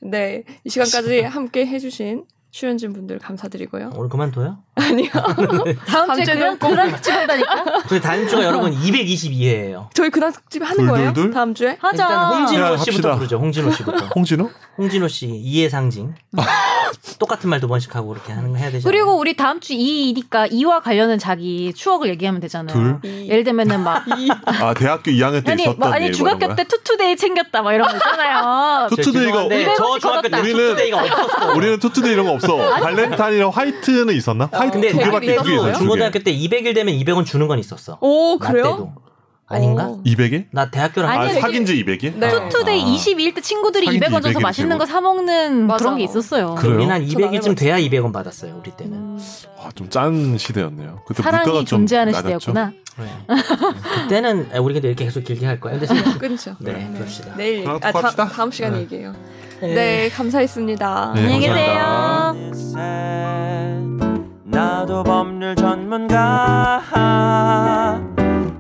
네. 이 시간까지 함께 해주신 출연진 분들 감사드리고요. 오늘 그만둬요? 아니요. 다음 주에 주에 그냥 꼭- 근황 특집 한다니까. 근데 다음 주가 여러분 222회예요. 저희 근황 특집 하는 거예요? 둘둘둘? 다음 주에? 하자. 일단 야, 홍진호 합시다. 씨부터 부르죠. 홍진호 씨부터. 홍진호? 홍진호 씨 이해 상징. 똑같은 말 두 번씩 하고 이렇게 하는 거 해야 되죠. 그리고 우리 다음 주 2이니까 2와 관련된 자기 추억을 얘기하면 되잖아요. 둘? 이- 예를 들면은 막 이- 아 대학교 2학년 때 아니 있었던 뭐, 아니 일 중학교 때 투투데이 챙겼다 막 이런 거 있잖아요. 투투데이가 저 중학교 때 우리는- 투투데이가 없었어. 우리는 투투데이 이런 거 없어. 발렌타인이랑 화이트는 있었나? 아, 화이트 근데 두 개밖에 두 개 있어요. 그때도 두 개. 중고등학교 때 200일 되면 200원 주는 건 있었어. 오, 나 그래요? 때도. 아닌가? 오. 200일? 나 대학교랑 어. 아, 아니, 사귄 지 200일? 네. 아, 투데이 아. 22일 때 친구들이 하긴 200원 줘서 200일 맛있는 되고. 거 사 먹는 맞아. 그런 게 있었어요. 그래요? 우린 한 저도 안 200일쯤 돼야 200원 받았어요. 우리 때는. 음. 아, 좀짠 시대였네요. 그때 물가가 사랑이 좀 존재하는 낮았죠. 시대였구나. 네. 그때는 아, 우리 근데 이렇게 계속 길게 할 거야. 근데 지금- 끊죠. 네, 그럽시다. 내일 그럼 아, 또 합시다. 다, 음 시간에 네. 얘기해요. 네, 감사했습니다. 네, 안녕히 감사합니다. 계세요. 나도 법률 전문가